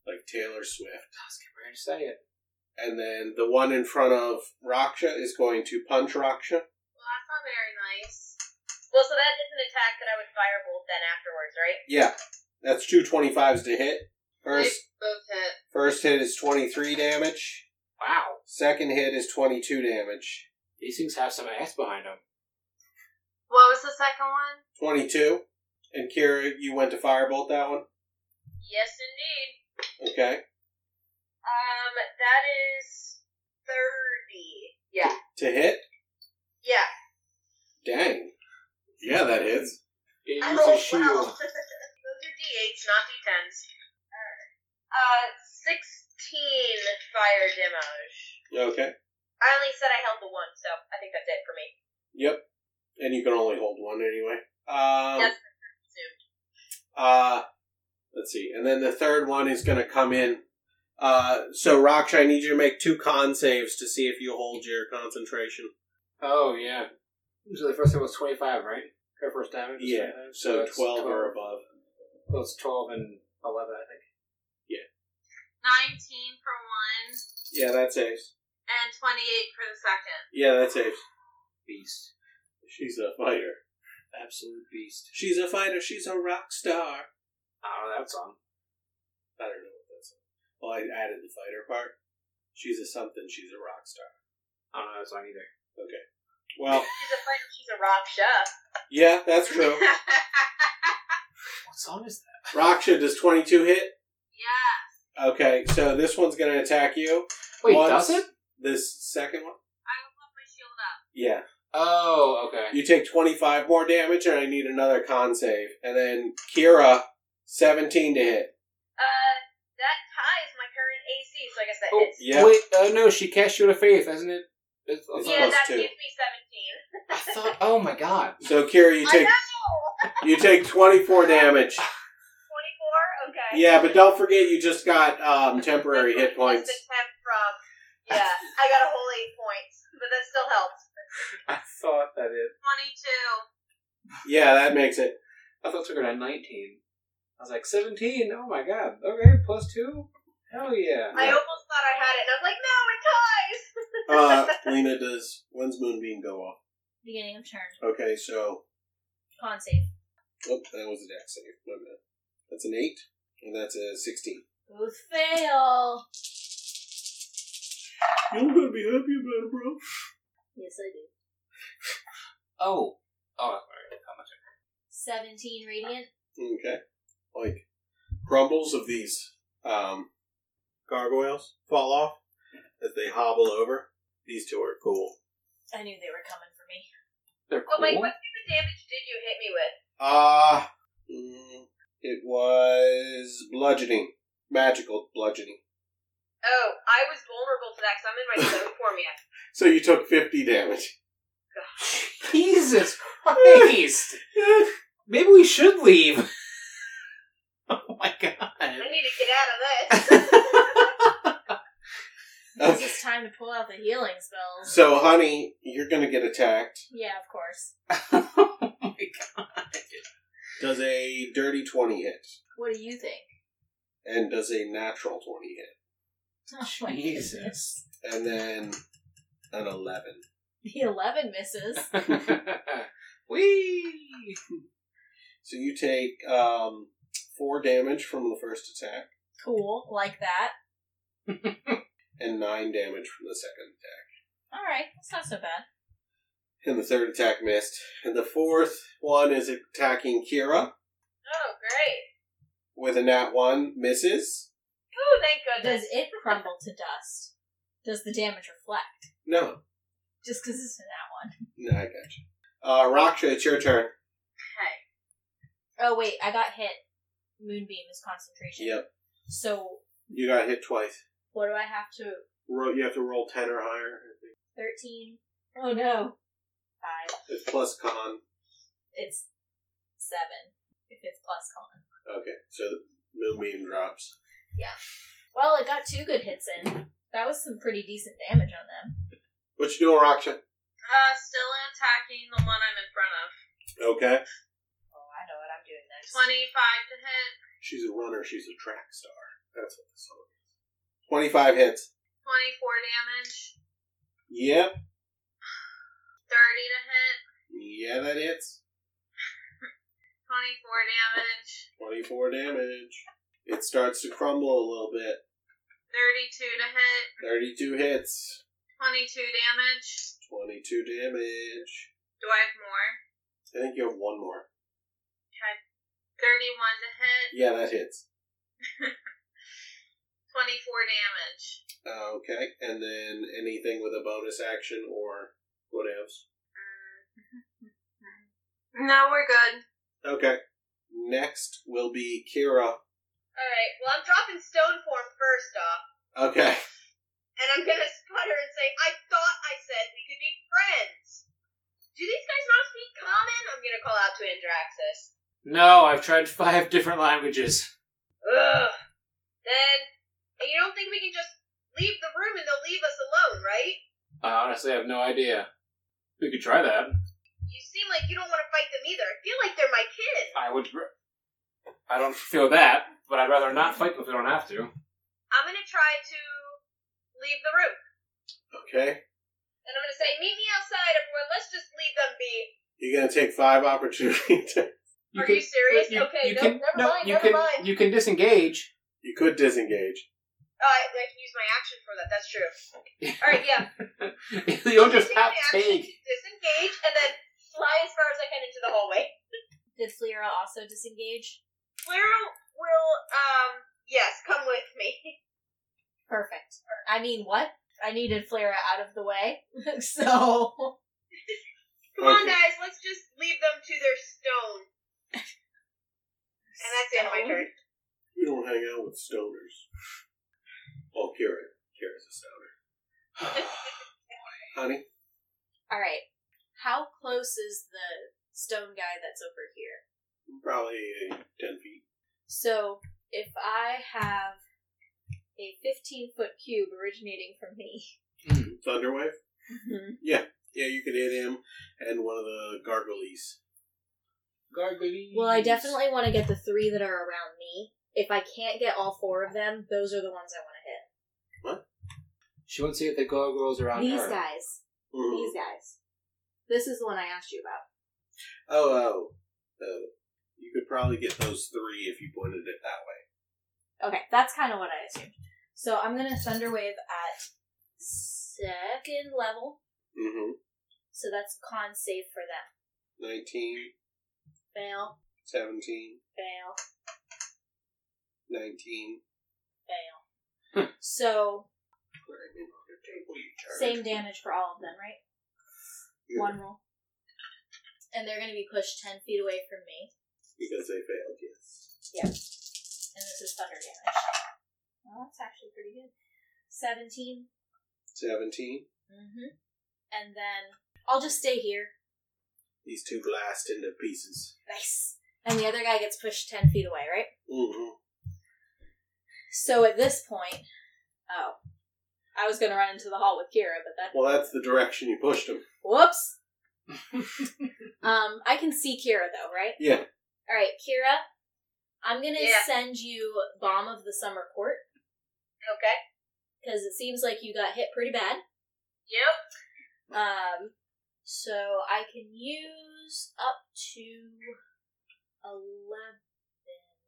[SPEAKER 2] like Taylor Swift.
[SPEAKER 4] I was getting ready to say it.
[SPEAKER 2] And then the one in front of Raksha is going to punch Raksha.
[SPEAKER 6] Well, that's not very nice.
[SPEAKER 3] Well, so that is an attack that I would firebolt then afterwards, right?
[SPEAKER 2] Yeah, that's two 25s to hit. First,
[SPEAKER 6] Both hit.
[SPEAKER 2] first hit is 23 damage.
[SPEAKER 4] Wow.
[SPEAKER 2] Second hit is 22 damage.
[SPEAKER 4] These things have some ass behind them.
[SPEAKER 6] What was the second one?
[SPEAKER 2] 22. And Kira, you went to firebolt that one?
[SPEAKER 3] Yes, indeed.
[SPEAKER 2] Okay.
[SPEAKER 3] Um, that is 30. Yeah.
[SPEAKER 2] To hit?
[SPEAKER 3] Yeah.
[SPEAKER 2] Dang. Yeah, that hits.
[SPEAKER 4] It
[SPEAKER 3] I
[SPEAKER 4] is a
[SPEAKER 3] rolled
[SPEAKER 4] shield.
[SPEAKER 3] well. Those are D8s, not D10s. Alright. Uh, 16 fire damage.
[SPEAKER 2] Okay.
[SPEAKER 3] I only said I held the one, so I think that's it for me.
[SPEAKER 2] Yep. And you can only hold one anyway. Um,
[SPEAKER 4] Oh.
[SPEAKER 3] Yes.
[SPEAKER 2] uh, let's see. And then the third one is going to come in. Uh, so, Raksha, I need you to make two con saves to see if you hold your concentration.
[SPEAKER 4] Oh yeah. So the first one was twenty five, right? Her first damage. was 25?
[SPEAKER 2] So,
[SPEAKER 4] that's
[SPEAKER 2] 12 or above.
[SPEAKER 4] Well, it's twelve and eleven, I think.
[SPEAKER 6] 19 for one
[SPEAKER 2] Yeah, that saves.
[SPEAKER 6] and 28 for the second.
[SPEAKER 2] Yeah, that saves.
[SPEAKER 4] Beast,
[SPEAKER 2] She's a fighter.
[SPEAKER 4] absolute beast.
[SPEAKER 2] She's a fighter. She's a rock star.
[SPEAKER 4] I don't know that song.
[SPEAKER 2] I don't know what that's. Well, I added the fighter part. She's a something. She's a rock star.
[SPEAKER 4] I don't know that song either.
[SPEAKER 2] Okay.
[SPEAKER 4] Oh.
[SPEAKER 2] Well,
[SPEAKER 3] She's a fighter, she's a rock chef.
[SPEAKER 2] yeah, that's true.
[SPEAKER 4] What song is that?
[SPEAKER 2] Raksha, does 22 hit?
[SPEAKER 6] yeah.
[SPEAKER 2] Okay, so this one's going to attack you.
[SPEAKER 4] Wait,
[SPEAKER 2] Once-
[SPEAKER 4] does it?
[SPEAKER 2] This second one?
[SPEAKER 6] I will put my shield up.
[SPEAKER 2] Yeah.
[SPEAKER 4] Oh, okay.
[SPEAKER 2] You take 25 more damage, and I need another con save. And then Kira, 17 to hit.
[SPEAKER 3] Uh, that ties my current AC, so I guess that
[SPEAKER 4] Oh,
[SPEAKER 3] hits.
[SPEAKER 2] Yeah.
[SPEAKER 4] Wait, uh, no, she cast you to faith, isn't it? It's, I
[SPEAKER 3] Yeah,
[SPEAKER 4] thought-
[SPEAKER 2] plus
[SPEAKER 3] that
[SPEAKER 2] two.
[SPEAKER 3] gives me 17.
[SPEAKER 4] I thought. Oh my god.
[SPEAKER 2] So Kira, you
[SPEAKER 3] I oh,
[SPEAKER 2] take
[SPEAKER 3] know!
[SPEAKER 2] you take 24 damage.
[SPEAKER 3] 24? Okay.
[SPEAKER 2] Yeah, but don't forget you just got um, temporary hit points.
[SPEAKER 3] The temp from. Yeah, I got a whole 8 points, but that still helps.
[SPEAKER 4] I thought that it.
[SPEAKER 6] 22.
[SPEAKER 2] Yeah, that makes it.
[SPEAKER 4] I thought we were at nineteen. I was like seventeen. Oh my god. Okay, plus two. Hell yeah.
[SPEAKER 3] I almost thought I had it, and I was like, no, it ties!
[SPEAKER 2] Uh, Lena, does when's Moonbeam go off?
[SPEAKER 5] Beginning of turn.
[SPEAKER 2] Okay, so
[SPEAKER 5] Con save.
[SPEAKER 2] oh, that was a dex save. My bad. That's an eight, and that's a sixteen.
[SPEAKER 5] Both fail.
[SPEAKER 2] You're gonna be happy about it, bro.
[SPEAKER 5] Yes, I do.
[SPEAKER 4] Oh. Oh, all right. How much?
[SPEAKER 5] 17 radiant.
[SPEAKER 2] Okay. Like crumbles of these um, gargoyles fall off as they hobble over. These two are cool.
[SPEAKER 5] I knew they were coming for me.
[SPEAKER 4] They're cool.
[SPEAKER 3] Oh, wait, what stupid damage did you hit me with?
[SPEAKER 2] Ah, mm, it was bludgeoning, magical bludgeoning.
[SPEAKER 3] Oh, I was vulnerable to that because I'm in my zone form yet.
[SPEAKER 2] So you took fifty damage.
[SPEAKER 4] Jesus Christ! Maybe we should leave. Oh my
[SPEAKER 3] I
[SPEAKER 4] god.
[SPEAKER 3] need to get out of this.
[SPEAKER 5] It's just time to pull out the healing spells.
[SPEAKER 2] So, honey, you're gonna get attacked.
[SPEAKER 5] Yeah, of course.
[SPEAKER 4] oh my god.
[SPEAKER 2] Does a dirty 20 hit,
[SPEAKER 5] What do you think?
[SPEAKER 2] and does a natural 20 hit,
[SPEAKER 5] Oh my
[SPEAKER 4] Jesus.
[SPEAKER 5] goodness.
[SPEAKER 2] and then an 11.
[SPEAKER 5] The 11 misses.
[SPEAKER 4] Whee!
[SPEAKER 2] So you take um, 4 damage from the first attack,
[SPEAKER 5] Cool. Like that.
[SPEAKER 2] and 9 damage from the second attack.
[SPEAKER 5] Alright, that's not so bad.
[SPEAKER 2] And the third attack missed. And the fourth one is attacking Kira
[SPEAKER 3] Oh, great.
[SPEAKER 2] with a nat 1, misses.
[SPEAKER 3] Oh, thank
[SPEAKER 5] Does
[SPEAKER 3] goodness.
[SPEAKER 5] it crumble to dust? Does the damage reflect?
[SPEAKER 2] No,
[SPEAKER 5] Just because it's in that one.
[SPEAKER 2] no, I got you. Uh, Raksha, it's your turn.
[SPEAKER 3] Okay.
[SPEAKER 5] Oh wait, I got hit. Moonbeam is concentration.
[SPEAKER 2] Yep,
[SPEAKER 5] So
[SPEAKER 2] you got hit twice.
[SPEAKER 5] what do I have to?
[SPEAKER 2] Ro- You have to roll ten or higher. I think.
[SPEAKER 5] Thirteen. Oh no. Five.
[SPEAKER 2] It's plus con.
[SPEAKER 5] It's seven. If it's plus con.
[SPEAKER 2] Okay, so the moonbeam drops.
[SPEAKER 5] Well, it got two good hits in. That was some pretty decent damage on them.
[SPEAKER 2] What you doing, Raksha?
[SPEAKER 6] Uh, still attacking the one I'm in front of.
[SPEAKER 2] Okay.
[SPEAKER 5] Oh, I know what I'm doing next.
[SPEAKER 6] 25 to hit,
[SPEAKER 2] She's a runner. She's a track star. That's what the song is. Twenty-five hits.
[SPEAKER 6] 24 damage,
[SPEAKER 2] Yep.
[SPEAKER 6] 30 to hit,
[SPEAKER 2] Yeah, that hits.
[SPEAKER 6] 24 damage,
[SPEAKER 2] Twenty-four damage. It starts to crumble a little bit.
[SPEAKER 6] 32 to hit,
[SPEAKER 2] Thirty-two hits.
[SPEAKER 6] 22 damage.
[SPEAKER 2] Twenty-two damage.
[SPEAKER 6] Do I have more?
[SPEAKER 2] I think you have one more.
[SPEAKER 6] 31 to hit,
[SPEAKER 2] Yeah, that hits.
[SPEAKER 6] 24 damage.
[SPEAKER 2] Uh, okay, and then anything with a bonus action or what else?
[SPEAKER 6] No, we're good.
[SPEAKER 2] Okay. Next will be Kira.
[SPEAKER 3] Alright, well, I'm dropping stone form first off,
[SPEAKER 2] Okay.
[SPEAKER 3] and I'm gonna sputter and say, I thought I said we could be friends. Do these guys not speak common? I'm gonna call out to Andraxis.
[SPEAKER 4] No, I've tried five different languages.
[SPEAKER 3] Ugh. Then, and you don't think we can just leave the room and they'll leave us alone, right?
[SPEAKER 4] I Uh, honestly have no idea. We could try that.
[SPEAKER 3] You seem like you don't want to fight them either. I feel like they're my kin.
[SPEAKER 4] I would. r- I don't feel that, but I'd rather not fight if we don't have to.
[SPEAKER 3] I'm gonna try to leave the room.
[SPEAKER 2] Okay.
[SPEAKER 3] And I'm gonna say, meet me outside, everyone. Let's just leave them be.
[SPEAKER 2] You're gonna take five opportunity. To,
[SPEAKER 3] Are you serious? Okay, no, never mind,
[SPEAKER 4] you
[SPEAKER 3] never
[SPEAKER 4] can,
[SPEAKER 3] mind.
[SPEAKER 4] You can disengage.
[SPEAKER 2] you could disengage.
[SPEAKER 3] Oh, I, I can use my action for that. That's true. All right, yeah.
[SPEAKER 4] You'll just
[SPEAKER 3] Using
[SPEAKER 4] have
[SPEAKER 3] my
[SPEAKER 4] to
[SPEAKER 3] action
[SPEAKER 4] take.
[SPEAKER 3] to disengage and then fly as far as I can into the hallway.
[SPEAKER 5] Did Flira also disengage?
[SPEAKER 3] Flora will, um, yes, come with me.
[SPEAKER 5] Perfect. I mean, what? I needed Flira out of the way, so
[SPEAKER 3] Come on,
[SPEAKER 2] Okay.
[SPEAKER 3] guys. Let's just leave them to their stone. And that's the end of my turn.
[SPEAKER 2] We don't hang out with stoners. Well, Kira. Kira's a stoner. Honey,
[SPEAKER 5] All right. How close is the stone guy that's over here?
[SPEAKER 2] probably uh, ten feet.
[SPEAKER 5] So if I have a 15 foot cube originating from me,
[SPEAKER 2] Thunderwave. Yeah, you could hit him and one of the gargoyles.
[SPEAKER 4] Gargoyles.
[SPEAKER 5] well, I definitely want to get the three that are around me. If I can't get all four of them, those are the ones I want to hit.
[SPEAKER 4] She won't see if the gargoyles are on
[SPEAKER 5] These
[SPEAKER 4] her.
[SPEAKER 5] guys.
[SPEAKER 2] Mhm.
[SPEAKER 5] These guys. This is the one I asked you about.
[SPEAKER 2] Oh, oh. So you could probably get those three if you pointed it that way.
[SPEAKER 5] Okay, that's kind of what I assumed. So I'm gonna Thunder Wave at second level.
[SPEAKER 2] Mm-hmm.
[SPEAKER 5] So that's con save for them.
[SPEAKER 2] 19,
[SPEAKER 5] Fail,
[SPEAKER 2] 17,
[SPEAKER 5] fail,
[SPEAKER 2] 19.
[SPEAKER 5] fail. so same damage for all of them, right?
[SPEAKER 2] Yeah.
[SPEAKER 5] One roll. And they're gonna be pushed ten feet away from me.
[SPEAKER 2] Because they failed, yes.
[SPEAKER 5] And this is thunder damage. Well, that's actually pretty good. Seventeen.
[SPEAKER 2] 17.
[SPEAKER 5] Mm-hmm. And then I'll just stay here.
[SPEAKER 2] These two blast into pieces.
[SPEAKER 5] Nice. And the other guy gets pushed ten feet away, right?
[SPEAKER 2] Mm-hmm.
[SPEAKER 5] So at this point, oh, I was going to run into the hall with Kira, but that
[SPEAKER 2] Well, that's the direction you pushed them.
[SPEAKER 5] whoops. um, I can see Kira though, right?
[SPEAKER 2] Yeah.
[SPEAKER 5] All right, Kira, I'm going to
[SPEAKER 3] Yeah.
[SPEAKER 5] send you bomb of the summer court
[SPEAKER 3] Okay.
[SPEAKER 5] because it seems like you got hit pretty bad.
[SPEAKER 3] Yep.
[SPEAKER 5] Um, so I can use up to eleven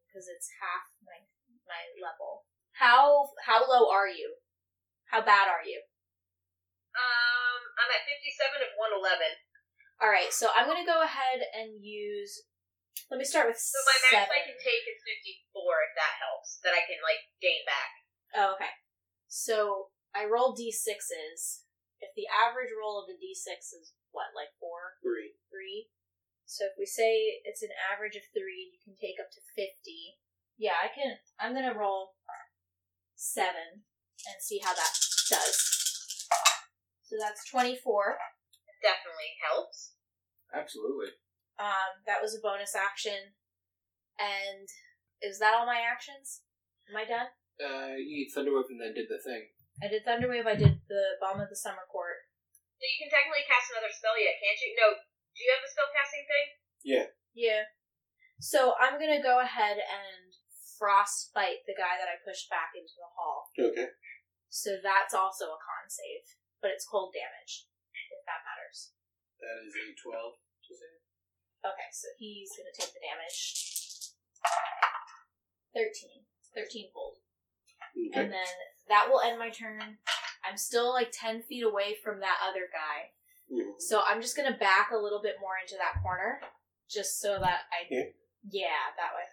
[SPEAKER 5] because it's half my my level. How how low are you? How bad are you?
[SPEAKER 3] Um, I'm at 57 of 111.
[SPEAKER 5] All right, so I'm gonna go ahead and use Let me start with
[SPEAKER 3] So my max
[SPEAKER 5] seven.
[SPEAKER 3] I can take is 54, if that helps. That I can, like, gain back.
[SPEAKER 5] Oh, okay. So I roll d6s. If the average roll of a d6 is what, like four,
[SPEAKER 2] Three.
[SPEAKER 5] three? So if we say it's an average of three, you can take up to 50. Yeah, I can. I'm gonna roll seven and see how that does. So that's 24.
[SPEAKER 3] Definitely helps.
[SPEAKER 4] Absolutely.
[SPEAKER 5] Um, that was a bonus action. And is that all my actions? Am I done?
[SPEAKER 4] Uh, you did Thunderwave and then did the thing.
[SPEAKER 5] I did Thunderwave, I did the Bomb of the Summer Court.
[SPEAKER 3] So you can technically cast another spell yet, can't you? No. Do you have the spell casting thing?
[SPEAKER 5] Yeah. So I'm gonna go ahead and frostbite the guy that I pushed back into the hall.
[SPEAKER 2] Okay.
[SPEAKER 5] So that's also a con save, but it's cold damage, if that matters.
[SPEAKER 2] That is a 12.
[SPEAKER 5] Okay, so he's gonna take the damage. Thirteen. Thirteen cold.
[SPEAKER 2] Okay.
[SPEAKER 5] And then that will end my turn. I'm still like ten feet away from that other guy.
[SPEAKER 2] Mhm.
[SPEAKER 5] So I'm just gonna back a little bit more into that corner, just so that I
[SPEAKER 2] Here?
[SPEAKER 5] yeah that way,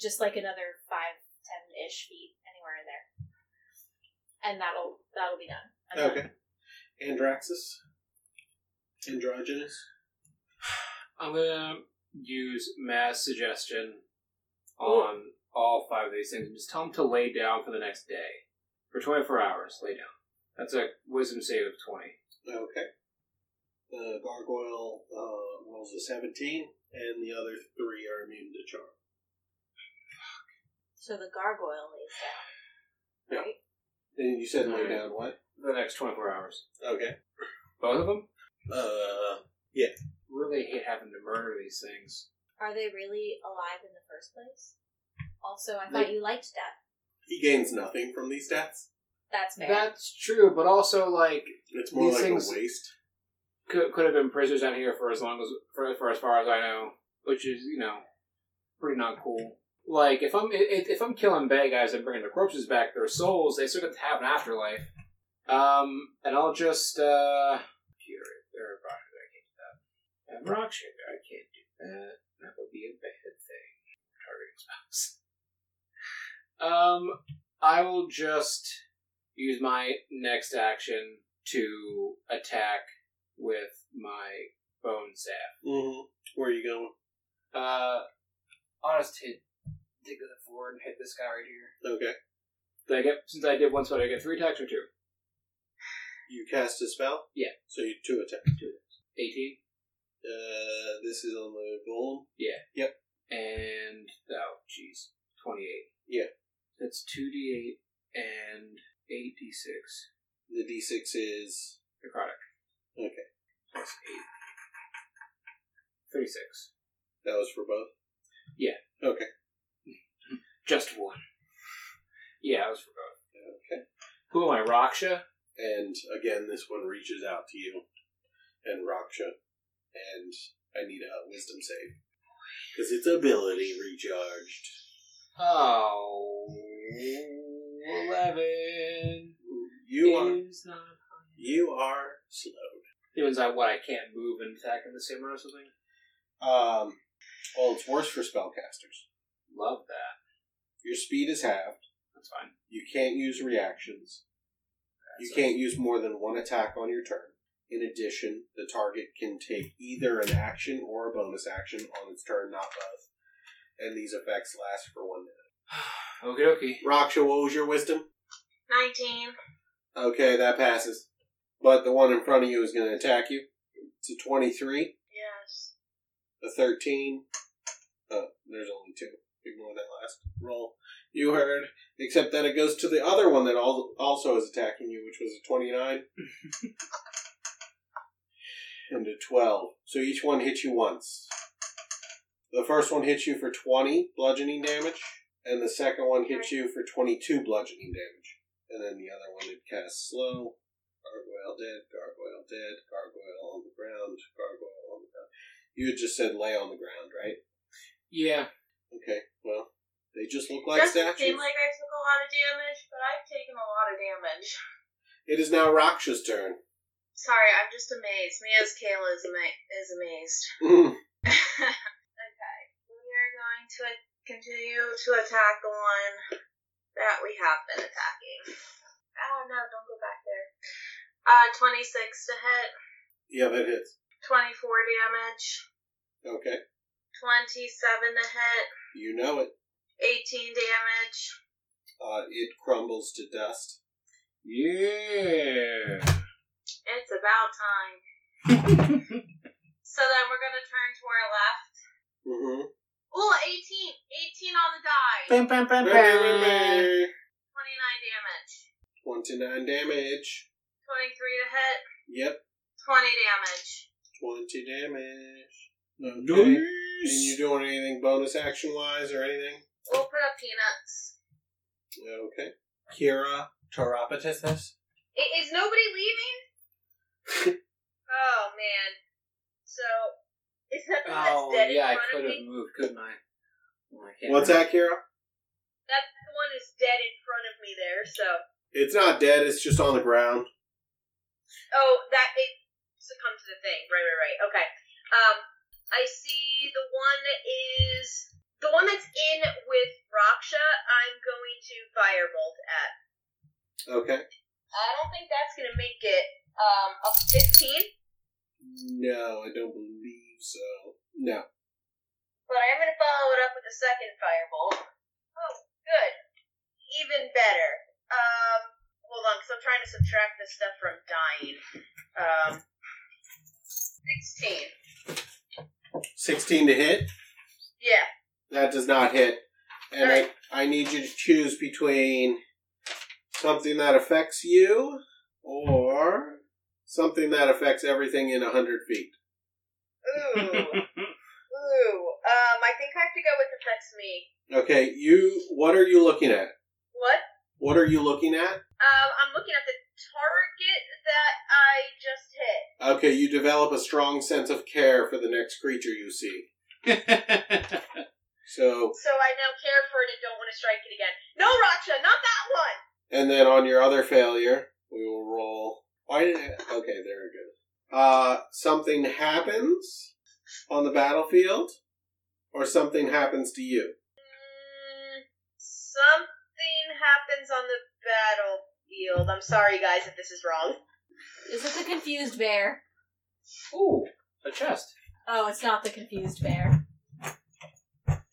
[SPEAKER 5] just like another five ten ish feet anywhere in there, and that'll that'll be done. I'm done.
[SPEAKER 2] Okay. Andraxis. Androgynous.
[SPEAKER 4] I'm gonna use mass suggestion on all five of these things. Just tell them to lay down for the next day. For 24 hours, lay down. That's a wisdom save of 20.
[SPEAKER 2] Okay. The gargoyle uh, rolls a 17, and the other three are immune to charm.
[SPEAKER 5] So the gargoyle lays down.
[SPEAKER 2] Yeah. And you said lay down what?
[SPEAKER 4] The next 24 hours.
[SPEAKER 2] Okay.
[SPEAKER 4] Both of them?
[SPEAKER 2] Uh,
[SPEAKER 4] Really hate having to murder these things.
[SPEAKER 5] Are they really alive in the first place? Also, I thought you liked death.
[SPEAKER 2] he gains nothing from these stats.
[SPEAKER 5] That's fair.
[SPEAKER 4] That's true, but also, like,
[SPEAKER 2] It's more
[SPEAKER 4] These
[SPEAKER 2] like
[SPEAKER 4] things-
[SPEAKER 2] a waste.
[SPEAKER 4] could, could have been prisoners down here for as long as for, for as far as I know, which is you know pretty not cool. Like if I'm if, if I'm killing bad guys and bringing their corpses back, their souls they still get to have an afterlife. Um, and I'll just uh, here, there, rock, I can't do that. And rock shit, I can't do that. That would be a bad thing. Targeting spouse. Um, I will just use my next action to attack with my bone staff.
[SPEAKER 2] Mm-hmm. Where are you going?
[SPEAKER 4] Uh, I'll just hit, dig with a four and hit this guy right here.
[SPEAKER 2] Okay.
[SPEAKER 4] Did I get since I did one spell? Did I get three attacks or two?
[SPEAKER 2] You cast a spell?
[SPEAKER 4] Yeah.
[SPEAKER 2] So you two attacks.
[SPEAKER 4] Eighteen
[SPEAKER 2] Uh, this is on the golem.
[SPEAKER 4] and oh jeez, twenty-eight.
[SPEAKER 2] Yeah.
[SPEAKER 4] that's two d eight and eight d six
[SPEAKER 2] The d6 is.
[SPEAKER 4] necrotic.
[SPEAKER 2] Okay.
[SPEAKER 4] Plus eight. Thirty-six.
[SPEAKER 2] That was for both?
[SPEAKER 4] Yeah.
[SPEAKER 2] Okay.
[SPEAKER 4] Just one. Yeah, I was forgotten.
[SPEAKER 2] Okay.
[SPEAKER 4] Who am I, Raksha?
[SPEAKER 2] And again, this one reaches out to you and Raksha. And I need a wisdom save. Because its ability recharged.
[SPEAKER 4] Oh, 11
[SPEAKER 2] You are
[SPEAKER 4] is not...
[SPEAKER 2] you are slowed.
[SPEAKER 4] It means I, what, I can't move and attack in the same round or something?
[SPEAKER 2] Um, well, it's worse for spellcasters.
[SPEAKER 4] Love that.
[SPEAKER 2] Your speed is halved.
[SPEAKER 4] That's fine.
[SPEAKER 2] You can't use reactions. You
[SPEAKER 4] That's
[SPEAKER 2] can't use more than one attack on your turn. In addition, the target can take either an action or a bonus action on its turn, not both. And these effects last for one minute.
[SPEAKER 4] Okie dokie.
[SPEAKER 2] Raksha, what was your wisdom?
[SPEAKER 6] 19.
[SPEAKER 2] Okay, that passes. But the one in front of you is going to attack you. It's a 23,
[SPEAKER 6] Yes.
[SPEAKER 2] a 13. Oh, there's only two. Ignore that last roll. You heard. Except that it goes to the other one that al- also is attacking you, which was a 29. and a 12. So each one hits you once. The first one hits you for 20 bludgeoning damage, and the second one hits you for 22 bludgeoning damage. And then the other one it casts slow. Gargoyle dead, gargoyle dead, gargoyle on the ground, gargoyle on the ground. You had just said lay on the ground, right?
[SPEAKER 4] Yeah.
[SPEAKER 2] Okay, well, they just look like
[SPEAKER 6] Doesn't
[SPEAKER 2] statues.
[SPEAKER 6] seem like I took a lot of damage, but I've taken a lot of damage.
[SPEAKER 2] It is now Raksha's turn.
[SPEAKER 6] Sorry, I'm just amazed. Me as Kayla is, ama- is amazed.
[SPEAKER 2] Mm.
[SPEAKER 6] okay. We to a- continue to attack the one that we have been attacking. Oh no, don't go back there. Uh, 26 to hit,
[SPEAKER 2] Yeah, that hits.
[SPEAKER 6] 24 damage,
[SPEAKER 2] Okay.
[SPEAKER 6] 27 to hit,
[SPEAKER 2] You know it.
[SPEAKER 6] 18 damage.
[SPEAKER 2] Uh, it crumbles to dust.
[SPEAKER 4] Yeah.
[SPEAKER 6] It's about time. so then we're gonna turn to our left.
[SPEAKER 2] Mm-hmm.
[SPEAKER 6] Ooh, 18! 18 on the die! 29
[SPEAKER 4] Bam, bam, bam, bam.
[SPEAKER 6] damage,
[SPEAKER 2] 29 damage.
[SPEAKER 6] 23 to hit,
[SPEAKER 2] Yep,
[SPEAKER 6] 20 damage.
[SPEAKER 2] 20 damage. Okay.
[SPEAKER 4] Nice.
[SPEAKER 2] And you doing anything bonus action wise or anything?
[SPEAKER 6] We'll put up peanuts.
[SPEAKER 2] Okay. Kira Tarapatis.
[SPEAKER 3] I- Is nobody leaving? oh man. So is that the one
[SPEAKER 4] Oh,
[SPEAKER 3] that's dead
[SPEAKER 4] yeah, I
[SPEAKER 3] in front
[SPEAKER 4] could
[SPEAKER 3] of
[SPEAKER 4] have
[SPEAKER 3] me?
[SPEAKER 4] moved, couldn't I? Oh, I can't
[SPEAKER 2] What's
[SPEAKER 4] remember.
[SPEAKER 2] that, Kira?
[SPEAKER 3] That's the one who's dead in front of me there. So
[SPEAKER 2] It's not dead, it's just on the ground.
[SPEAKER 3] oh, that it succumbed to the thing. Right, right, right. Okay. Um, I see the one is the one that's in with Raksha. I'm going to firebolt at.
[SPEAKER 2] Okay.
[SPEAKER 3] I don't think that's gonna make it. Um, a fifteen.
[SPEAKER 2] No, I don't believe so. No.
[SPEAKER 3] But I am going to follow it up with a second firebolt. Oh, good. Even better. Um, hold on, because I'm trying to subtract this stuff from dying. Um, 16.
[SPEAKER 2] 16 to hit?
[SPEAKER 3] Yeah.
[SPEAKER 2] That does not hit. And I, I need you to choose between something that affects you or something that affects everything in 100 feet.
[SPEAKER 3] Ooh. Ooh. Um, I think I have to go with affects me.
[SPEAKER 2] Okay, you. What are you looking at?
[SPEAKER 3] What?
[SPEAKER 2] What are you looking at?
[SPEAKER 3] Um, I'm looking at the target that I just hit.
[SPEAKER 2] Okay, you develop a strong sense of care for the next creature you see. So,
[SPEAKER 3] So I now care for it and don't want to strike it again. No, Raksha, not that one!
[SPEAKER 2] and then on your other failure, we will roll. Why did it, okay, there we go. Uh, something happens on the battlefield, or something happens to you.
[SPEAKER 3] Mm, something happens on the battlefield. I'm sorry, guys, if this is wrong.
[SPEAKER 5] Is it the confused bear?
[SPEAKER 4] Ooh, a chest.
[SPEAKER 5] Oh, it's not the confused bear.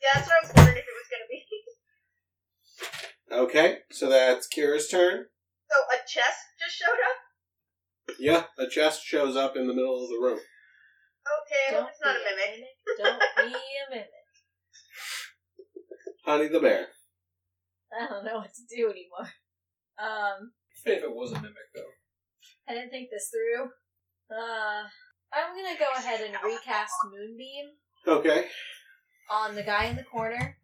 [SPEAKER 3] Yeah, that's what I was wondering if it was going to be.
[SPEAKER 2] Okay, so that's Kira's turn.
[SPEAKER 3] So a chest just showed up.
[SPEAKER 2] Yeah, a chest shows up in the middle of the room.
[SPEAKER 3] Okay, I hope it's not a
[SPEAKER 5] be
[SPEAKER 3] mimic.
[SPEAKER 5] Don't be a mimic.
[SPEAKER 2] Honey the bear.
[SPEAKER 5] I don't know what to do anymore. Um,
[SPEAKER 4] If it was a mimic, though.
[SPEAKER 5] I didn't think this through. Uh, I'm gonna go ahead and recast Moonbeam
[SPEAKER 2] Okay.
[SPEAKER 5] on the guy in the corner,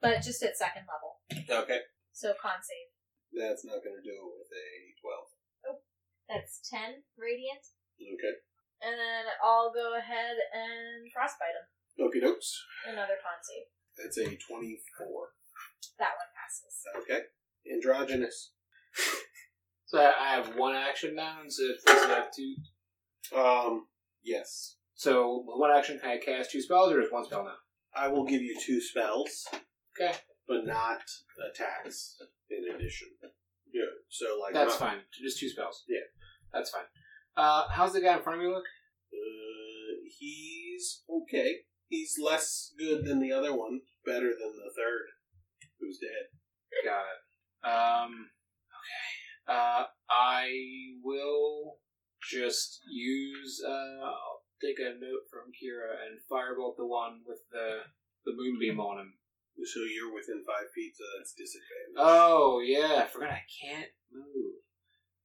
[SPEAKER 5] but just at second level.
[SPEAKER 2] Okay.
[SPEAKER 5] So con save.
[SPEAKER 2] That's not going to do it with
[SPEAKER 5] That's 10 radiant.
[SPEAKER 2] a 12. Okay.
[SPEAKER 5] And then I'll go ahead and frostbite him.
[SPEAKER 2] Okie dokes.
[SPEAKER 5] Another con save.
[SPEAKER 2] That's a 24.
[SPEAKER 5] That one passes.
[SPEAKER 2] Okay. Androgynous.
[SPEAKER 4] So I I have one action now instead of first I have two.
[SPEAKER 2] Um, yes.
[SPEAKER 4] So with one action can I cast two spells or just one spell now?
[SPEAKER 2] I will give you two spells.
[SPEAKER 4] Okay.
[SPEAKER 2] But not attacks in addition. Yeah. So, like,
[SPEAKER 4] That's
[SPEAKER 2] not-
[SPEAKER 4] fine. Just two spells.
[SPEAKER 2] Yeah.
[SPEAKER 4] That's fine. Uh, how's the guy in front of me look?
[SPEAKER 2] Uh, he's okay. He's less good than the other one, better than the third, who's dead.
[SPEAKER 4] Got it. Um, okay. Uh, I will just use. Uh, I'll take a note from Kira and firebolt the one with the the moonbeam on him.
[SPEAKER 2] So you're within five feet, so that's disadvantage.
[SPEAKER 4] Oh yeah, I forgot I can't move.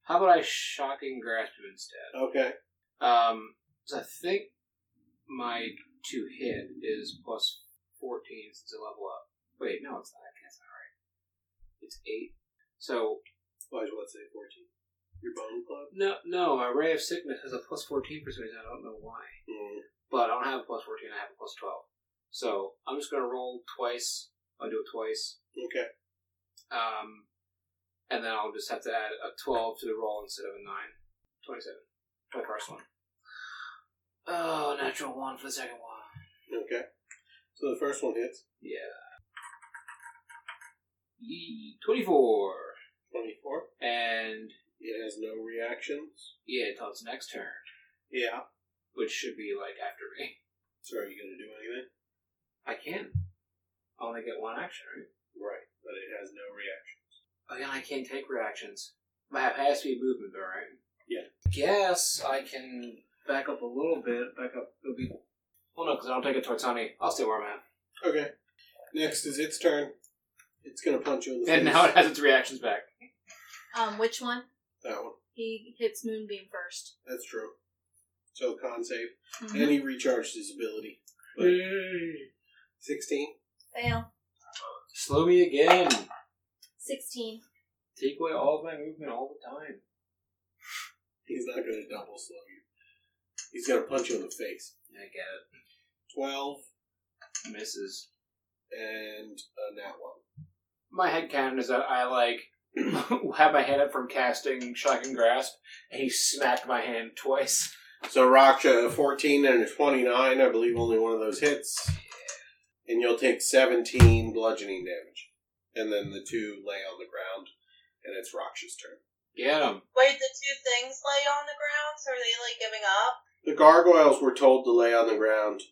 [SPEAKER 4] How about I shocking grasp him instead?
[SPEAKER 2] Okay.
[SPEAKER 4] Um, so I think my two hit is plus fourteen since I level up. Wait, no, it's not. That's not right. It's eight. So
[SPEAKER 2] Why is what say fourteen? Your bone club.
[SPEAKER 4] no, no, my ray of sickness has a plus fourteen for some reason. I don't know why,
[SPEAKER 2] Mm.
[SPEAKER 4] but I don't have a plus fourteen. I have a plus twelve. So I'm just gonna roll twice. I'll do it twice.
[SPEAKER 2] Okay.
[SPEAKER 4] Um, and then I'll just have to add a 12 to the roll instead of a 9. 27. For the first one. Oh, natural 1 for the second one.
[SPEAKER 2] Okay. So the first one hits
[SPEAKER 4] Yeah. Ye- 24.
[SPEAKER 2] 24.
[SPEAKER 4] And,
[SPEAKER 2] It has no reactions.
[SPEAKER 4] yeah, until its next turn,
[SPEAKER 2] Yeah.
[SPEAKER 4] which should be, like, after me.
[SPEAKER 2] So are you going to do anything?
[SPEAKER 4] I can. I only get one action, right?
[SPEAKER 2] Right. But it has no reaction.
[SPEAKER 4] Oh, yeah, I can't take reactions. My it has to be movement, though, right?
[SPEAKER 2] Yeah.
[SPEAKER 4] Guess I can back up a little bit. Back up. It'll be. Well, no, because I don't take it towards honey. I'll stay where I'm at.
[SPEAKER 2] Okay. Next is its turn. It's going to punch you in the
[SPEAKER 4] And
[SPEAKER 2] face.
[SPEAKER 4] now it has its reactions back.
[SPEAKER 5] Um, which one?
[SPEAKER 2] That one.
[SPEAKER 5] He hits Moonbeam 1st
[SPEAKER 2] That's true. So con save. And he recharged his ability. But-
[SPEAKER 4] Yay.
[SPEAKER 2] 16.
[SPEAKER 5] Fail.
[SPEAKER 4] Slow me again.
[SPEAKER 5] 16.
[SPEAKER 4] Take away all of my movement all the time.
[SPEAKER 2] He's not going to double slow you. He's going to punch you in the face.
[SPEAKER 4] I get
[SPEAKER 2] 12
[SPEAKER 4] it. Misses.
[SPEAKER 2] and uh, that one.
[SPEAKER 4] My head count is that I like have my hand up from casting shock and grasp, and he smacked my hand twice.
[SPEAKER 2] So Raksha, 14 and a 29, I believe only one of those hits. And you'll take 17 bludgeoning damage. And then the two lay on the ground, and it's Raksha's turn.
[SPEAKER 4] Get him.
[SPEAKER 3] Wait, the two things lay on the ground, so are they like giving up?
[SPEAKER 2] The gargoyles were told to lay on the ground.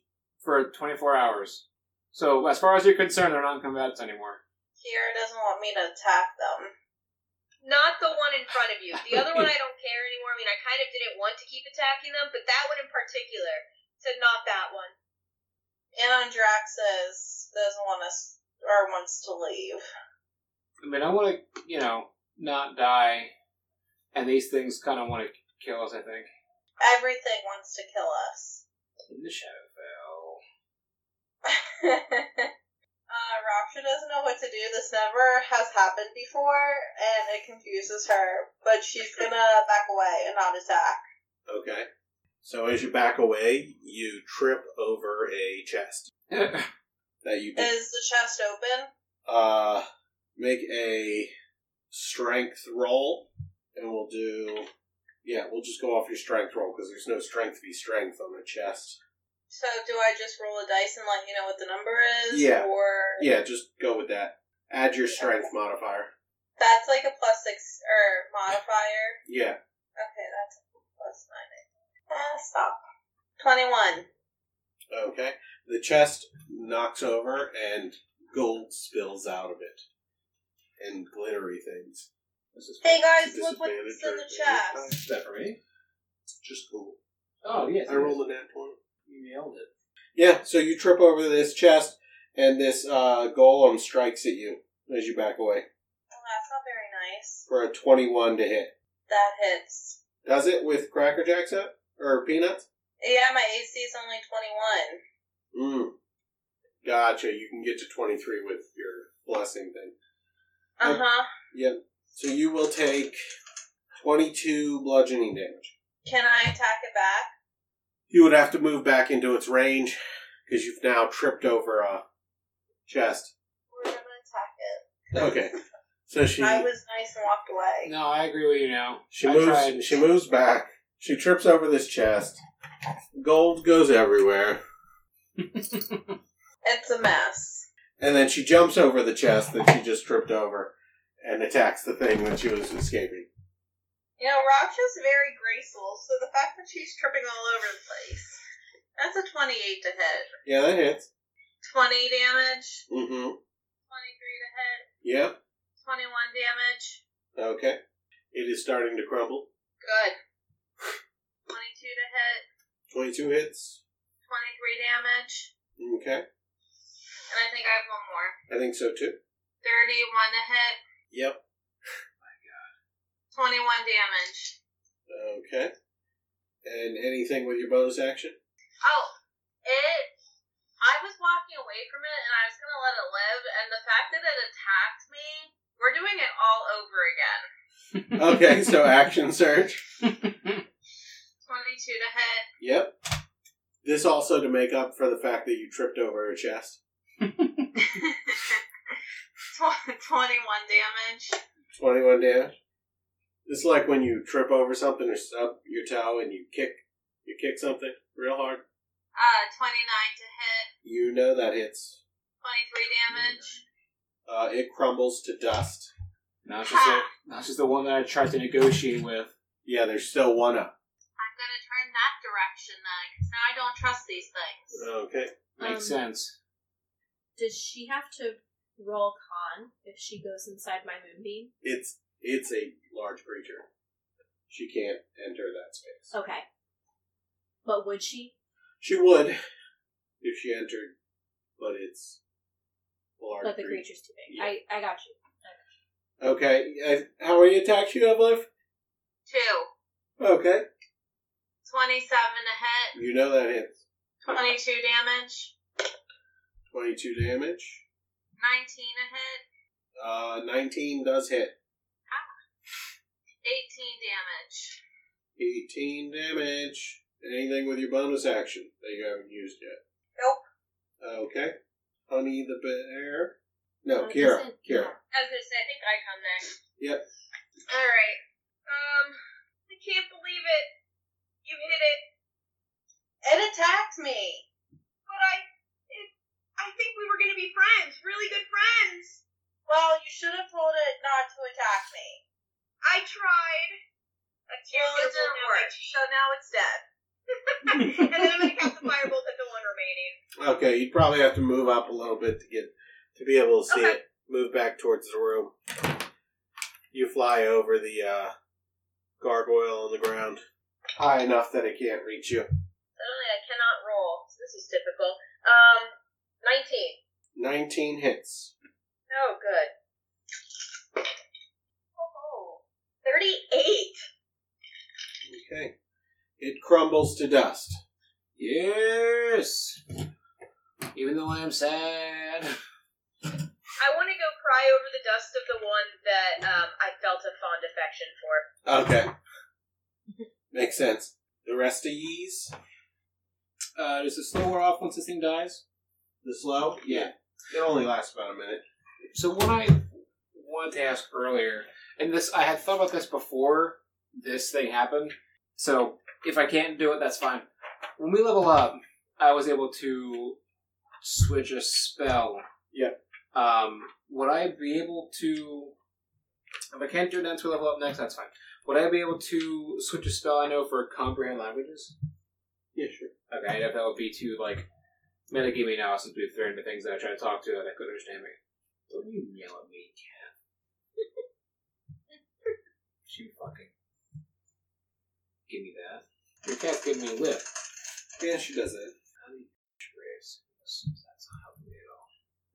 [SPEAKER 4] for 24 hours. So, as far as you're concerned, they're not combatants anymore.
[SPEAKER 3] Kira doesn't want me to attack them. Not the one in front of you. The other one I don't care anymore. I mean, I kind of didn't want to keep attacking them, but that one in particular. So not that one. Anandraxis doesn't want us or wants to leave.
[SPEAKER 4] I mean, I want to, you know, not die, and these things kind of want to kill us, I think.
[SPEAKER 3] Everything wants to kill us.
[SPEAKER 4] In the Shadowfell.
[SPEAKER 3] uh, Raksha doesn't know what to do. This never has happened before, and it confuses her. But she's gonna back away and not attack.
[SPEAKER 2] Okay. So as you back away, you trip over a chest that you did.
[SPEAKER 3] Is the chest open?
[SPEAKER 2] Uh, make a strength roll, and we'll do. Yeah, we'll just go off your strength roll because there's no strength v strength on the chest.
[SPEAKER 3] So do I just roll a dice and let you know what the number is?
[SPEAKER 2] Yeah.
[SPEAKER 3] Or
[SPEAKER 2] Yeah, just go with that. Add your strength modifier.
[SPEAKER 3] that's like a plus six or modifier.
[SPEAKER 2] Yeah.
[SPEAKER 3] Okay, that's a plus nine. I think. Ah, stop. Twenty-one.
[SPEAKER 2] Okay. The chest knocks over, and gold spills out of it, and glittery things. This is
[SPEAKER 3] Hey, guys,
[SPEAKER 2] to
[SPEAKER 3] look what's
[SPEAKER 2] disadvantage
[SPEAKER 3] in the
[SPEAKER 2] or-
[SPEAKER 3] chest.
[SPEAKER 4] Is that for me?
[SPEAKER 2] It's just cool.
[SPEAKER 4] Oh, yes.
[SPEAKER 2] I rolled a nat twenty.
[SPEAKER 4] You nailed it.
[SPEAKER 2] Yeah, so you trip over this chest, and this uh, golem strikes at you as you back away
[SPEAKER 3] Well, Oh, that's not very nice.
[SPEAKER 2] for a 21 to hit.
[SPEAKER 3] That hits.
[SPEAKER 2] Does it with Cracker Jacks up? Or Peanuts?
[SPEAKER 3] Yeah, my AC is only twenty-one.
[SPEAKER 2] Mm. Gotcha, you can get to 23 with your blessing thing. Oh.
[SPEAKER 3] Uh huh.
[SPEAKER 2] Yep. So you will take 22 bludgeoning damage.
[SPEAKER 3] Can I attack it back?
[SPEAKER 2] You would have to move back into its range because you've now tripped over a chest.
[SPEAKER 3] We're gonna attack it.
[SPEAKER 2] Okay. So she.
[SPEAKER 3] I was nice and walked away.
[SPEAKER 4] No, I agree with you now.
[SPEAKER 2] She
[SPEAKER 4] I
[SPEAKER 2] moves.
[SPEAKER 4] tried.
[SPEAKER 2] She moves back. She trips over this chest. Gold goes everywhere,
[SPEAKER 3] It's a mess.
[SPEAKER 2] and then she jumps over the chest that she just tripped over, and attacks the thing that she was escaping.
[SPEAKER 3] You know, Raksha's very graceful, so the fact that she's tripping all over the place. That's a 28 to hit.
[SPEAKER 2] Yeah, that hits.
[SPEAKER 3] 20 damage,
[SPEAKER 2] Mm-hmm.
[SPEAKER 3] 23 to hit,
[SPEAKER 2] Yeah.
[SPEAKER 3] 21 damage.
[SPEAKER 2] Okay. It is starting to crumble.
[SPEAKER 3] Good. 22 to hit,
[SPEAKER 2] Twenty-two hits.
[SPEAKER 3] 23 damage.
[SPEAKER 2] Okay.
[SPEAKER 3] And I think I have one more.
[SPEAKER 2] I think so too.
[SPEAKER 3] 31 to hit,
[SPEAKER 2] Yep.
[SPEAKER 3] 21 damage.
[SPEAKER 2] Okay. And anything with your bonus action?
[SPEAKER 3] Oh, it. I was walking away from it and I was gonna let it live, and the fact that it attacked me, we're doing it all over again.
[SPEAKER 2] Okay. so action surge.
[SPEAKER 3] 22 to hit,
[SPEAKER 2] Yep. This also to make up for the fact that you tripped over a chest.
[SPEAKER 3] Tw- 21 damage.
[SPEAKER 2] 21 damage. It's like when you trip over something or stub your toe and you kick you kick something real hard.
[SPEAKER 6] Uh, 29 to hit,
[SPEAKER 2] You know that hits.
[SPEAKER 6] 23 damage.
[SPEAKER 2] Uh, it crumbles to dust.
[SPEAKER 4] Not just the, not just the one that I tried to negotiate with.
[SPEAKER 2] Yeah, there's still one up.
[SPEAKER 6] I'm gonna turn that direction then, because now I don't trust these things.
[SPEAKER 2] Okay.
[SPEAKER 4] Makes
[SPEAKER 5] Um,
[SPEAKER 4] sense.
[SPEAKER 5] Does she have to roll con if she goes inside my moonbeam?
[SPEAKER 2] It's it's a large creature. She can't enter that space.
[SPEAKER 5] Okay. But would she?
[SPEAKER 2] She would if she entered, but it's a large
[SPEAKER 5] But the
[SPEAKER 2] creature.
[SPEAKER 5] creature's too big. I, I got you.
[SPEAKER 2] Okay. and How many attacks you have left?
[SPEAKER 6] Two.
[SPEAKER 2] Okay.
[SPEAKER 6] 27 to hit,
[SPEAKER 2] You know that hits.
[SPEAKER 6] 22 damage,
[SPEAKER 2] 22 damage.
[SPEAKER 6] 19 to hit,
[SPEAKER 2] Uh, 19 does hit.
[SPEAKER 6] 18 damage.
[SPEAKER 2] 18 damage. Anything with your bonus action that you haven't used yet?
[SPEAKER 6] Nope.
[SPEAKER 2] Okay. Honey the bear. No,
[SPEAKER 3] Oh,
[SPEAKER 5] Uh,
[SPEAKER 2] Kira.
[SPEAKER 5] doesn't-
[SPEAKER 2] Kira.
[SPEAKER 6] I was gonna say, I think I come next.
[SPEAKER 2] Yep.
[SPEAKER 6] Alright. Um, I can't believe it. You hit it,
[SPEAKER 3] It attacked me.
[SPEAKER 6] but I. It, I think we were gonna be friends, really good friends.
[SPEAKER 3] Well, you should have told it not to attack me.
[SPEAKER 6] I tried. Well, it didn't work, so now it's dead. and then I'm gonna cast a firebolt at the one remaining.
[SPEAKER 2] Okay, you'd probably have to move up a little bit to get to be able to see
[SPEAKER 6] Okay.
[SPEAKER 2] it. Move back towards the room. You fly over the uh, gargoyle on the ground, high enough that it can't reach you.
[SPEAKER 3] Suddenly I cannot roll. This is typical. Um, 19.
[SPEAKER 2] 19 hits.
[SPEAKER 3] Oh, good. Oh, 38.
[SPEAKER 2] Okay. It crumbles to dust.
[SPEAKER 4] Yes. Even though I'm sad.
[SPEAKER 3] I want to go cry over the dust of the one that um, I felt a fond affection for.
[SPEAKER 2] Okay. Makes sense. The rest of yees,
[SPEAKER 4] Uh, does the slow wear off once this thing dies?
[SPEAKER 2] the slow?
[SPEAKER 4] Yeah.
[SPEAKER 2] It only lasts about a minute.
[SPEAKER 4] So what I wanted to ask earlier, and this I had thought about this before this thing happened. So if I can't do it, that's fine. When we level up, I was able to switch a spell.
[SPEAKER 2] Yeah.
[SPEAKER 4] Um, would I be able to? If I can't do it now until we level up next, that's fine. Would I be able to switch a spell I know for comprehend languages?
[SPEAKER 2] Yeah, sure.
[SPEAKER 4] Okay, I know that would be too like metagaming now since we've thrown into things that I try to talk to that I could understand me. Don't you yell at me, cat. she fucking give me that. Your cat gave me a lip.
[SPEAKER 2] Yeah, she does it.
[SPEAKER 4] That's not helping me at all.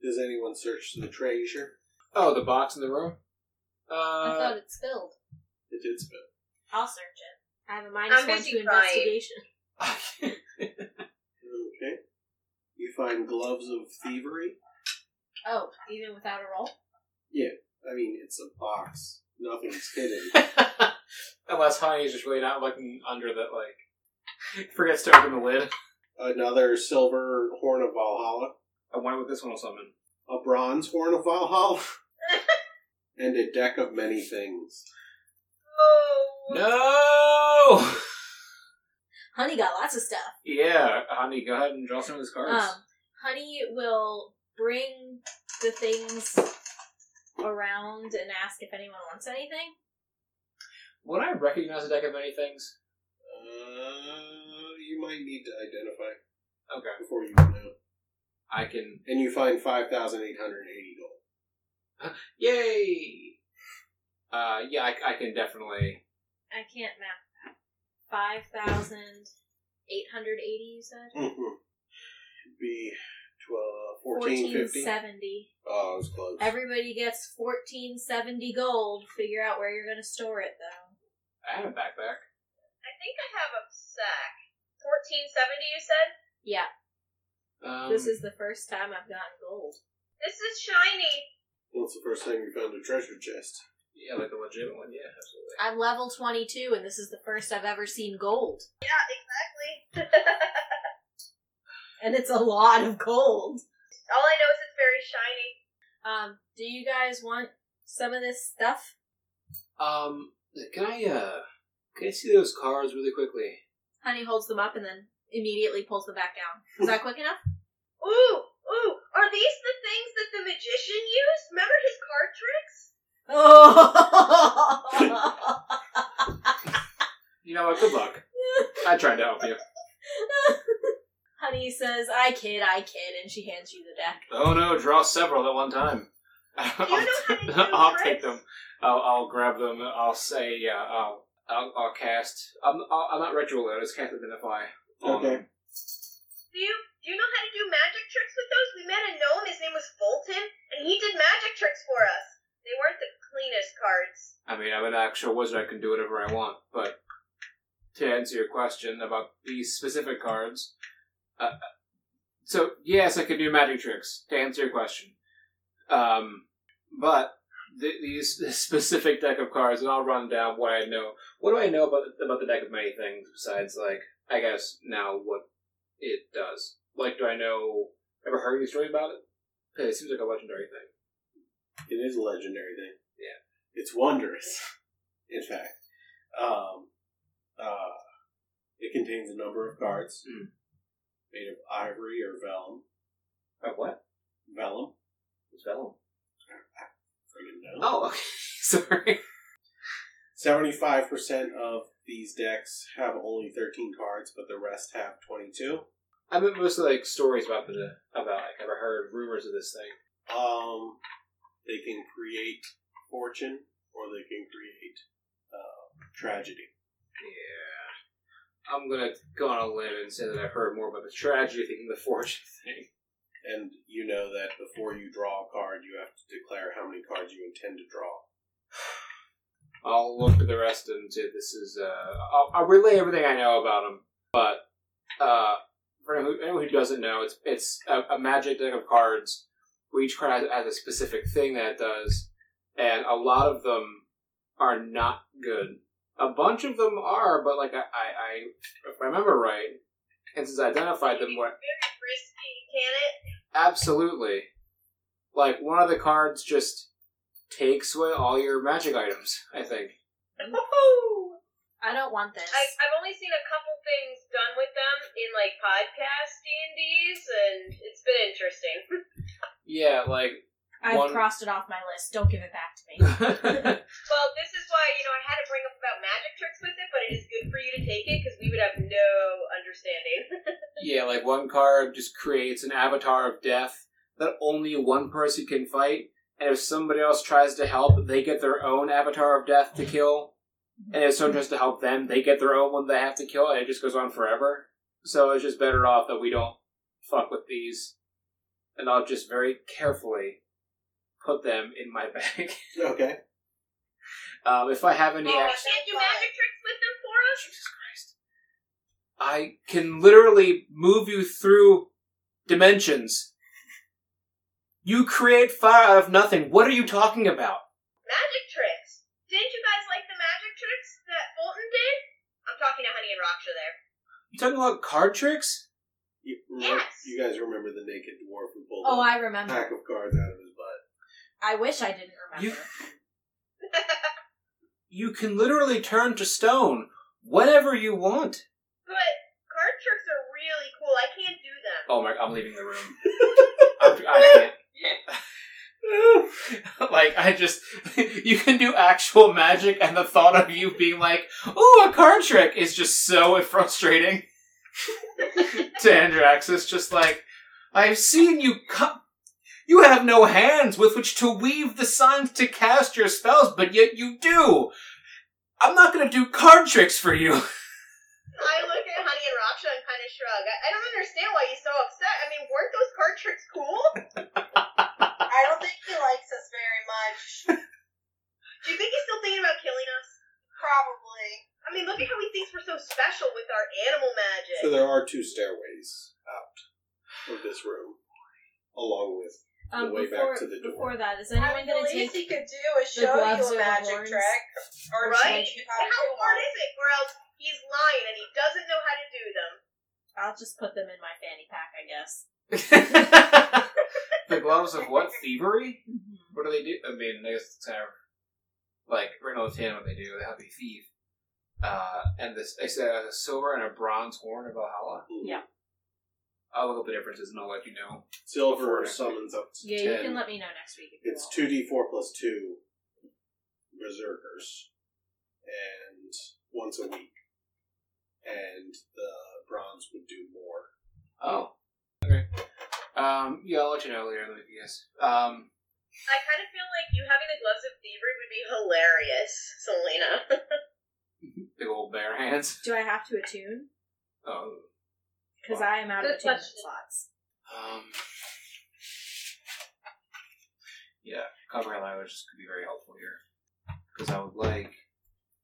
[SPEAKER 2] Does anyone search the treasure?
[SPEAKER 4] Oh, the box in the room.
[SPEAKER 5] I
[SPEAKER 4] Uh,
[SPEAKER 5] thought it spilled.
[SPEAKER 2] It did spill.
[SPEAKER 5] I'll search it. I have a minus
[SPEAKER 3] I'm
[SPEAKER 5] one
[SPEAKER 3] busy
[SPEAKER 5] to
[SPEAKER 3] crying.
[SPEAKER 5] investigation.
[SPEAKER 2] Okay. You find gloves of thievery.
[SPEAKER 5] Oh, even without a roll?
[SPEAKER 2] I mean, it's a box. Nothing's hidden.
[SPEAKER 4] unless Honey's just really not looking under the like, forgets to open the lid.
[SPEAKER 2] Another silver horn of Valhalla,
[SPEAKER 4] I wonder what this one will summon.
[SPEAKER 2] a bronze horn of Valhalla, and a deck of many things.
[SPEAKER 3] Oh,
[SPEAKER 4] No.
[SPEAKER 5] Honey got lots of stuff.
[SPEAKER 4] Yeah, honey, go ahead and draw some of those cards.
[SPEAKER 5] Um, Honey will bring the things around and ask if anyone wants anything.
[SPEAKER 4] Would I recognize a deck of many things?
[SPEAKER 2] Uh, you might need to identify
[SPEAKER 4] Okay,
[SPEAKER 2] before you know.
[SPEAKER 4] I can.
[SPEAKER 2] And you find 5,880 gold.
[SPEAKER 4] Yay! Uh, yeah, I, I can definitely.
[SPEAKER 5] I can't map that. 5,880, you said?
[SPEAKER 2] Mm-hmm. Be 12, 14, 50.
[SPEAKER 5] 1470.
[SPEAKER 2] Oh, I was close.
[SPEAKER 5] Everybody gets 1470 gold. Figure out where you're going to store it, though.
[SPEAKER 4] I have a backpack.
[SPEAKER 3] I think I have a sack. 1470, you said?
[SPEAKER 5] Yeah,
[SPEAKER 4] Um,
[SPEAKER 5] this is the first time I've gotten gold.
[SPEAKER 3] This is shiny.
[SPEAKER 2] What's the first time you found a treasure chest?
[SPEAKER 4] yeah, like a legitimate one. Yeah, absolutely.
[SPEAKER 5] I'm level 22, and this is the first I've ever seen gold.
[SPEAKER 3] Yeah, exactly.
[SPEAKER 5] And it's a lot of gold.
[SPEAKER 3] All I know is it's very shiny.
[SPEAKER 5] Um, do you guys want some of this stuff?
[SPEAKER 4] Um, can I uh, can I see those cards really quickly?
[SPEAKER 5] Honey holds them up and then immediately pulls them back down. Is that quick enough?
[SPEAKER 3] Ooh, ooh, are these the things that the magician used? Remember his card tricks?
[SPEAKER 5] Oh!
[SPEAKER 4] You know what? Good luck. I tried to help you.
[SPEAKER 5] Honey says, I kid, I kid, and she hands you the deck.
[SPEAKER 4] Oh no! Draw several at one time.
[SPEAKER 3] You know how to do
[SPEAKER 4] I'll take
[SPEAKER 3] tricks.
[SPEAKER 4] them. I'll, I'll grab them. I'll say, yeah. I'll, I'll, I'll cast. I'm, I'll, I'm not ritual though. It's cast identify. on them.
[SPEAKER 2] Okay.
[SPEAKER 3] Do you do you know how to do magic tricks with those? We met a gnome, his name was Fulton, and he did magic tricks for us. They weren't the cleanest cards.
[SPEAKER 4] I mean, I'm an actual wizard. I can do whatever I want. But to answer your question about these specific cards, uh, so yes, I can do magic tricks. To answer your question, um, but th- these this specific deck of cards, and I'll run down what I know. What do I know about the, about the deck of many things besides like I guess now what it does? Like, do I know? Ever heard any story about it? 'Cause It seems like a legendary thing.
[SPEAKER 2] It is a legendary thing.
[SPEAKER 4] Yeah.
[SPEAKER 2] It's wondrous, in fact. Um, uh, it contains a number of cards
[SPEAKER 4] Mm.
[SPEAKER 2] made of ivory or vellum.
[SPEAKER 4] Of what?
[SPEAKER 2] Vellum?
[SPEAKER 4] It's vellum.
[SPEAKER 2] Friggin' know.
[SPEAKER 4] Oh, okay. sorry.
[SPEAKER 2] 75% of these decks have only 13 cards, but the rest have 22.
[SPEAKER 4] I meant mostly like stories about the about like I've heard rumors of this thing.
[SPEAKER 2] Um, they can create fortune or they can create uh, tragedy.
[SPEAKER 4] Yeah, I'm gonna go on a limb and say that I've heard more about the tragedy thing than the fortune thing.
[SPEAKER 2] And you know that before you draw a card, you have to declare how many cards you intend to draw.
[SPEAKER 4] I'll look at the rest and say this is. Uh, I'll, I'll relay everything I know about them, but uh, for anyone who, anyone who doesn't know, it's it's a, a magic deck of cards. Where each card has, has a specific thing that it does, and a lot of them are not good. A bunch of them are, but like I, I, I if I remember right, and since I identified them, what
[SPEAKER 3] Risky, can it?
[SPEAKER 4] absolutely, like one of the cards just takes away all your magic items. I think.
[SPEAKER 3] Woohoo!
[SPEAKER 5] I don't want this.
[SPEAKER 3] I, Mm. I've only seen a couple things done with them in like podcast D and D's, and it's been interesting.
[SPEAKER 4] Yeah, like
[SPEAKER 5] I've
[SPEAKER 4] one-
[SPEAKER 5] crossed it off my list. Don't give it back to me.
[SPEAKER 4] yeah,
[SPEAKER 3] well, this is why you know I had to bring up about magic tricks with it, but it is good for you to take it because we would have no understanding.
[SPEAKER 4] like one card just creates an avatar of death that only one person can fight, and if somebody else tries to help, they get their own avatar of death to kill, and if someone tries to help them, they get their own one they have to kill, and it just goes on forever. So it's just better off that we don't fuck with these, and I'll just very carefully put them in my bag.
[SPEAKER 2] Okay.
[SPEAKER 4] um, if I have any
[SPEAKER 3] Oh,
[SPEAKER 4] extra.
[SPEAKER 3] can't do magic tricks with them for us?
[SPEAKER 4] Jesus Christ. I can literally move you through dimensions. You create fire out of nothing. What are you talking about?
[SPEAKER 3] Magic tricks. Didn't you guys like the magic tricks that Bolton did? I'm talking to Honey and Raksha there.
[SPEAKER 4] You talking about card tricks?
[SPEAKER 2] You, remember,
[SPEAKER 3] Yes.
[SPEAKER 2] you guys remember the naked dwarf who pulled
[SPEAKER 5] oh,
[SPEAKER 2] a
[SPEAKER 5] I remember.
[SPEAKER 2] pack of cards out of his butt?
[SPEAKER 5] I wish I didn't
[SPEAKER 4] You
[SPEAKER 5] remember.
[SPEAKER 4] you can literally turn to stone whenever you want.
[SPEAKER 3] but card tricks are really cool. I can't do them.
[SPEAKER 4] Oh my! I'm leaving the room. I, I can't. like I just, you can do actual magic, and the thought of you being like, "Oh, a card trick," is just so frustrating. to Andrax, it's just like, I've seen you cut. You have no hands with which to weave the signs to cast your spells, but yet you do. I'm not going to do card tricks for you.
[SPEAKER 3] I look at Honey and Raksha and kind of shrug. I, I don't understand why he's so upset. I mean, weren't those card tricks cool?
[SPEAKER 6] I don't think he likes us very much.
[SPEAKER 3] Do you think he's still thinking about killing us?
[SPEAKER 6] Probably.
[SPEAKER 3] I mean, look at how he thinks we're so special with our animal magic.
[SPEAKER 2] So there are two stairways out of this room, along with
[SPEAKER 5] Um,
[SPEAKER 2] the way back
[SPEAKER 5] before,
[SPEAKER 2] to the door.
[SPEAKER 5] before that, is
[SPEAKER 6] I
[SPEAKER 5] anyone
[SPEAKER 6] mean, the
[SPEAKER 5] going to
[SPEAKER 6] least he
[SPEAKER 5] take?
[SPEAKER 6] could do is
[SPEAKER 5] the
[SPEAKER 6] show
[SPEAKER 5] gloves
[SPEAKER 6] you
[SPEAKER 5] or
[SPEAKER 6] a
[SPEAKER 5] the
[SPEAKER 6] magic
[SPEAKER 5] horns?
[SPEAKER 6] trick, or
[SPEAKER 3] Right?
[SPEAKER 6] teach you how
[SPEAKER 3] But
[SPEAKER 6] to
[SPEAKER 3] how
[SPEAKER 6] do
[SPEAKER 3] hard
[SPEAKER 6] one.
[SPEAKER 3] is it? Or else he's lying and he doesn't know how to do them.
[SPEAKER 5] I'll just put them in my fanny pack, I guess.
[SPEAKER 4] the gloves of what? Thievery?
[SPEAKER 2] Mm-hmm.
[SPEAKER 4] What do they do? I mean, I guess it's kind of like Reynolds Tan, what they do, they help you thieve. Uh, and this I said a silver and a bronze horn of Valhalla.
[SPEAKER 7] Yeah.
[SPEAKER 4] I'll look up the differences and I'll let you know.
[SPEAKER 2] Silver summons up to
[SPEAKER 5] Yeah, you
[SPEAKER 2] ten.
[SPEAKER 5] can let me know next week. If you
[SPEAKER 2] It's
[SPEAKER 5] want.
[SPEAKER 2] two D four plus two berserkers, and once a week, and the bronze would do more.
[SPEAKER 4] Oh. Okay. Um, yeah, I'll let you know later in the week, I guess. Um,
[SPEAKER 3] I kind of feel like you having the gloves of thievery would be hilarious, Selena.
[SPEAKER 4] big old bare hands.
[SPEAKER 5] Do I have to attune?
[SPEAKER 4] Oh.
[SPEAKER 5] Because I am out of
[SPEAKER 3] Good
[SPEAKER 5] attunement
[SPEAKER 3] question.
[SPEAKER 5] slots.
[SPEAKER 4] Um, yeah, covering language could be very helpful here. Because I would like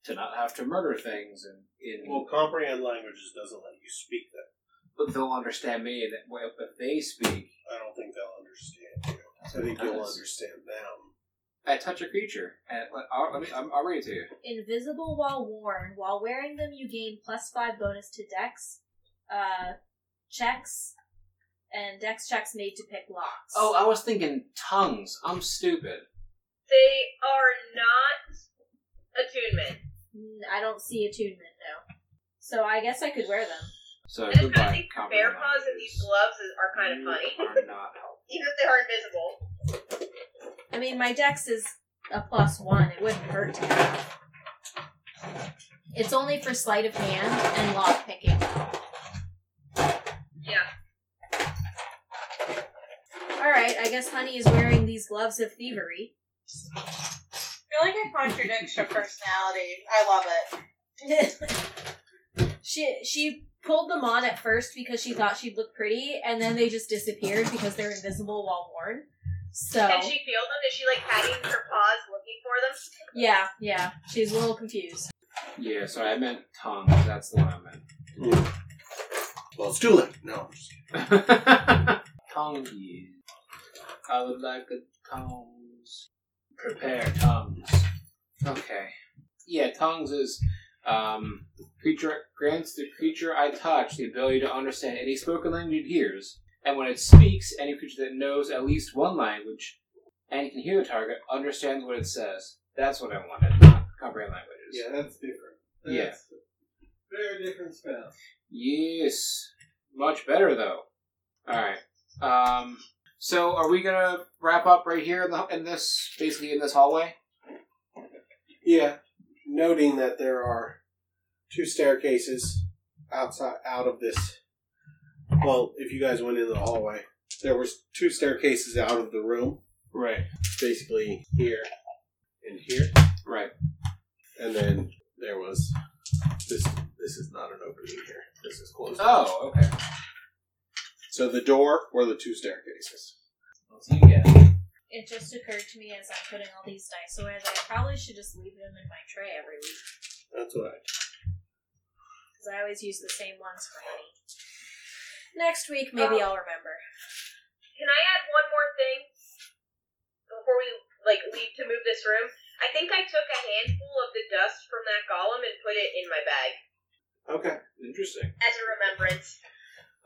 [SPEAKER 4] to not have to murder things and in
[SPEAKER 2] Well, comprehend languages doesn't let you speak them.
[SPEAKER 4] but they'll understand me and that way if they speak
[SPEAKER 2] I don't think they'll understand you. I think you'll understand them.
[SPEAKER 4] I touch a creature and let, I'll, let me, I'm, I'll read it to you.
[SPEAKER 5] Invisible while worn. While wearing them, you gain plus five bonus to dex, uh, checks, and dex checks made to pick locks.
[SPEAKER 4] Oh, I was thinking tongues. I'm stupid.
[SPEAKER 3] They are not attunement.
[SPEAKER 5] N- Mm, I don't see attunement, no. So I guess I could wear them.
[SPEAKER 4] So
[SPEAKER 3] I just kind of
[SPEAKER 4] goodbye.
[SPEAKER 3] think the bear paws and these gloves is- are kind of funny,
[SPEAKER 4] You are not helpful.
[SPEAKER 3] even if they are invisible.
[SPEAKER 5] I mean, my dex is a plus one. It wouldn't hurt to have. It's only for sleight of hand and lock picking.
[SPEAKER 3] Yeah.
[SPEAKER 5] All right, I guess Honey is wearing these gloves of thievery.
[SPEAKER 7] I feel like I contradict your personality. I love it.
[SPEAKER 5] she she pulled them on at first because she thought she'd look pretty, and then they just disappeared because they're invisible while worn. So
[SPEAKER 3] Can she feel them? Is she like patting her paws looking for them?
[SPEAKER 5] yeah, yeah, she's a little confused.
[SPEAKER 4] Yeah, sorry, I meant tongues. That's the one I
[SPEAKER 2] Well, it's too late. No.
[SPEAKER 4] meant. tongues. I would like a tongues. Prepare tongues. Okay. Yeah, tongues is um, creature grants the creature I touch the ability to understand any spoken language it hears, and when it speaks, any creature that knows at least one language and can hear the target understands what it says. That's what I wanted, not comprehend languages.
[SPEAKER 2] Yeah, that's different.
[SPEAKER 4] Yeah.
[SPEAKER 2] That's a Very different spell.
[SPEAKER 4] Yes. Much better though. All right. Um so are we going to wrap up right here in, the, in this basically in this hallway?
[SPEAKER 2] Yeah, noting that there are two staircases outside out of this. Well, if you guys went in the hallway, there was two staircases out of the room,
[SPEAKER 4] Right.
[SPEAKER 2] basically here and here,
[SPEAKER 4] Right.
[SPEAKER 2] and then there was this. This is not an opening here. This is closed.
[SPEAKER 4] Oh, okay.
[SPEAKER 2] So the door or the two staircases.
[SPEAKER 4] Let's see again.
[SPEAKER 5] It just occurred to me as I'm putting all these dice away that I probably should just leave them in my tray every week
[SPEAKER 2] That's what I.
[SPEAKER 5] because I always use the same ones for Honey. Next week, maybe I'll remember.
[SPEAKER 3] Can I add one more thing before we like leave to move this room? I think I took a handful of the dust from that golem and put it in my bag
[SPEAKER 2] Okay.
[SPEAKER 4] Interesting.
[SPEAKER 3] as a remembrance.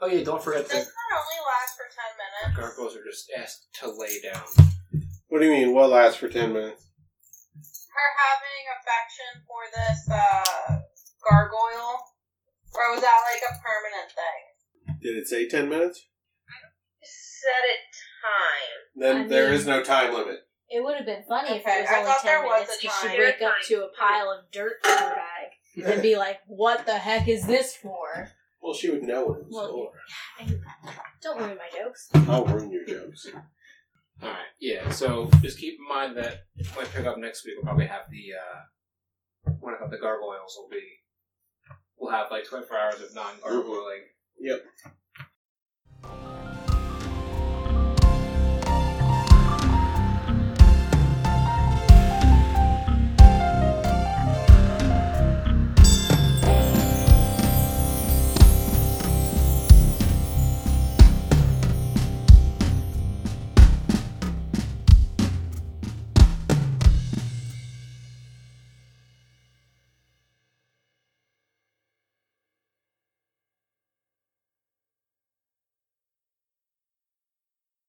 [SPEAKER 4] Oh yeah, don't forget
[SPEAKER 7] Does
[SPEAKER 4] the
[SPEAKER 7] that only last for 10 minutes?
[SPEAKER 4] gargoyles are just asked to lay down.
[SPEAKER 2] What do you mean? What lasts for ten minutes?
[SPEAKER 7] Her having affection for this uh, gargoyle? Or was that like a permanent thing?
[SPEAKER 2] Did it say ten minutes?
[SPEAKER 3] Set a time.
[SPEAKER 2] Then
[SPEAKER 5] I
[SPEAKER 2] there
[SPEAKER 5] mean-
[SPEAKER 2] is no time limit.
[SPEAKER 5] It would have been funny if
[SPEAKER 7] Okay,
[SPEAKER 5] it was
[SPEAKER 7] I
[SPEAKER 5] only
[SPEAKER 7] thought
[SPEAKER 5] ten
[SPEAKER 7] there was
[SPEAKER 5] minutes.
[SPEAKER 7] a
[SPEAKER 5] You should
[SPEAKER 7] time.
[SPEAKER 5] wake up to a pile of dirt in your bag and be like, "What the heck is this for?"
[SPEAKER 2] Well, she would know it was
[SPEAKER 5] Well,
[SPEAKER 2] over.
[SPEAKER 5] Don't ruin my jokes.
[SPEAKER 2] I'll ruin your jokes.
[SPEAKER 4] All right. Yeah. So just keep in mind that when I pick up next week, we'll probably have the uh, one of the gargoyles will be. We'll have like twenty four hours of non gargoyling.
[SPEAKER 2] Yep.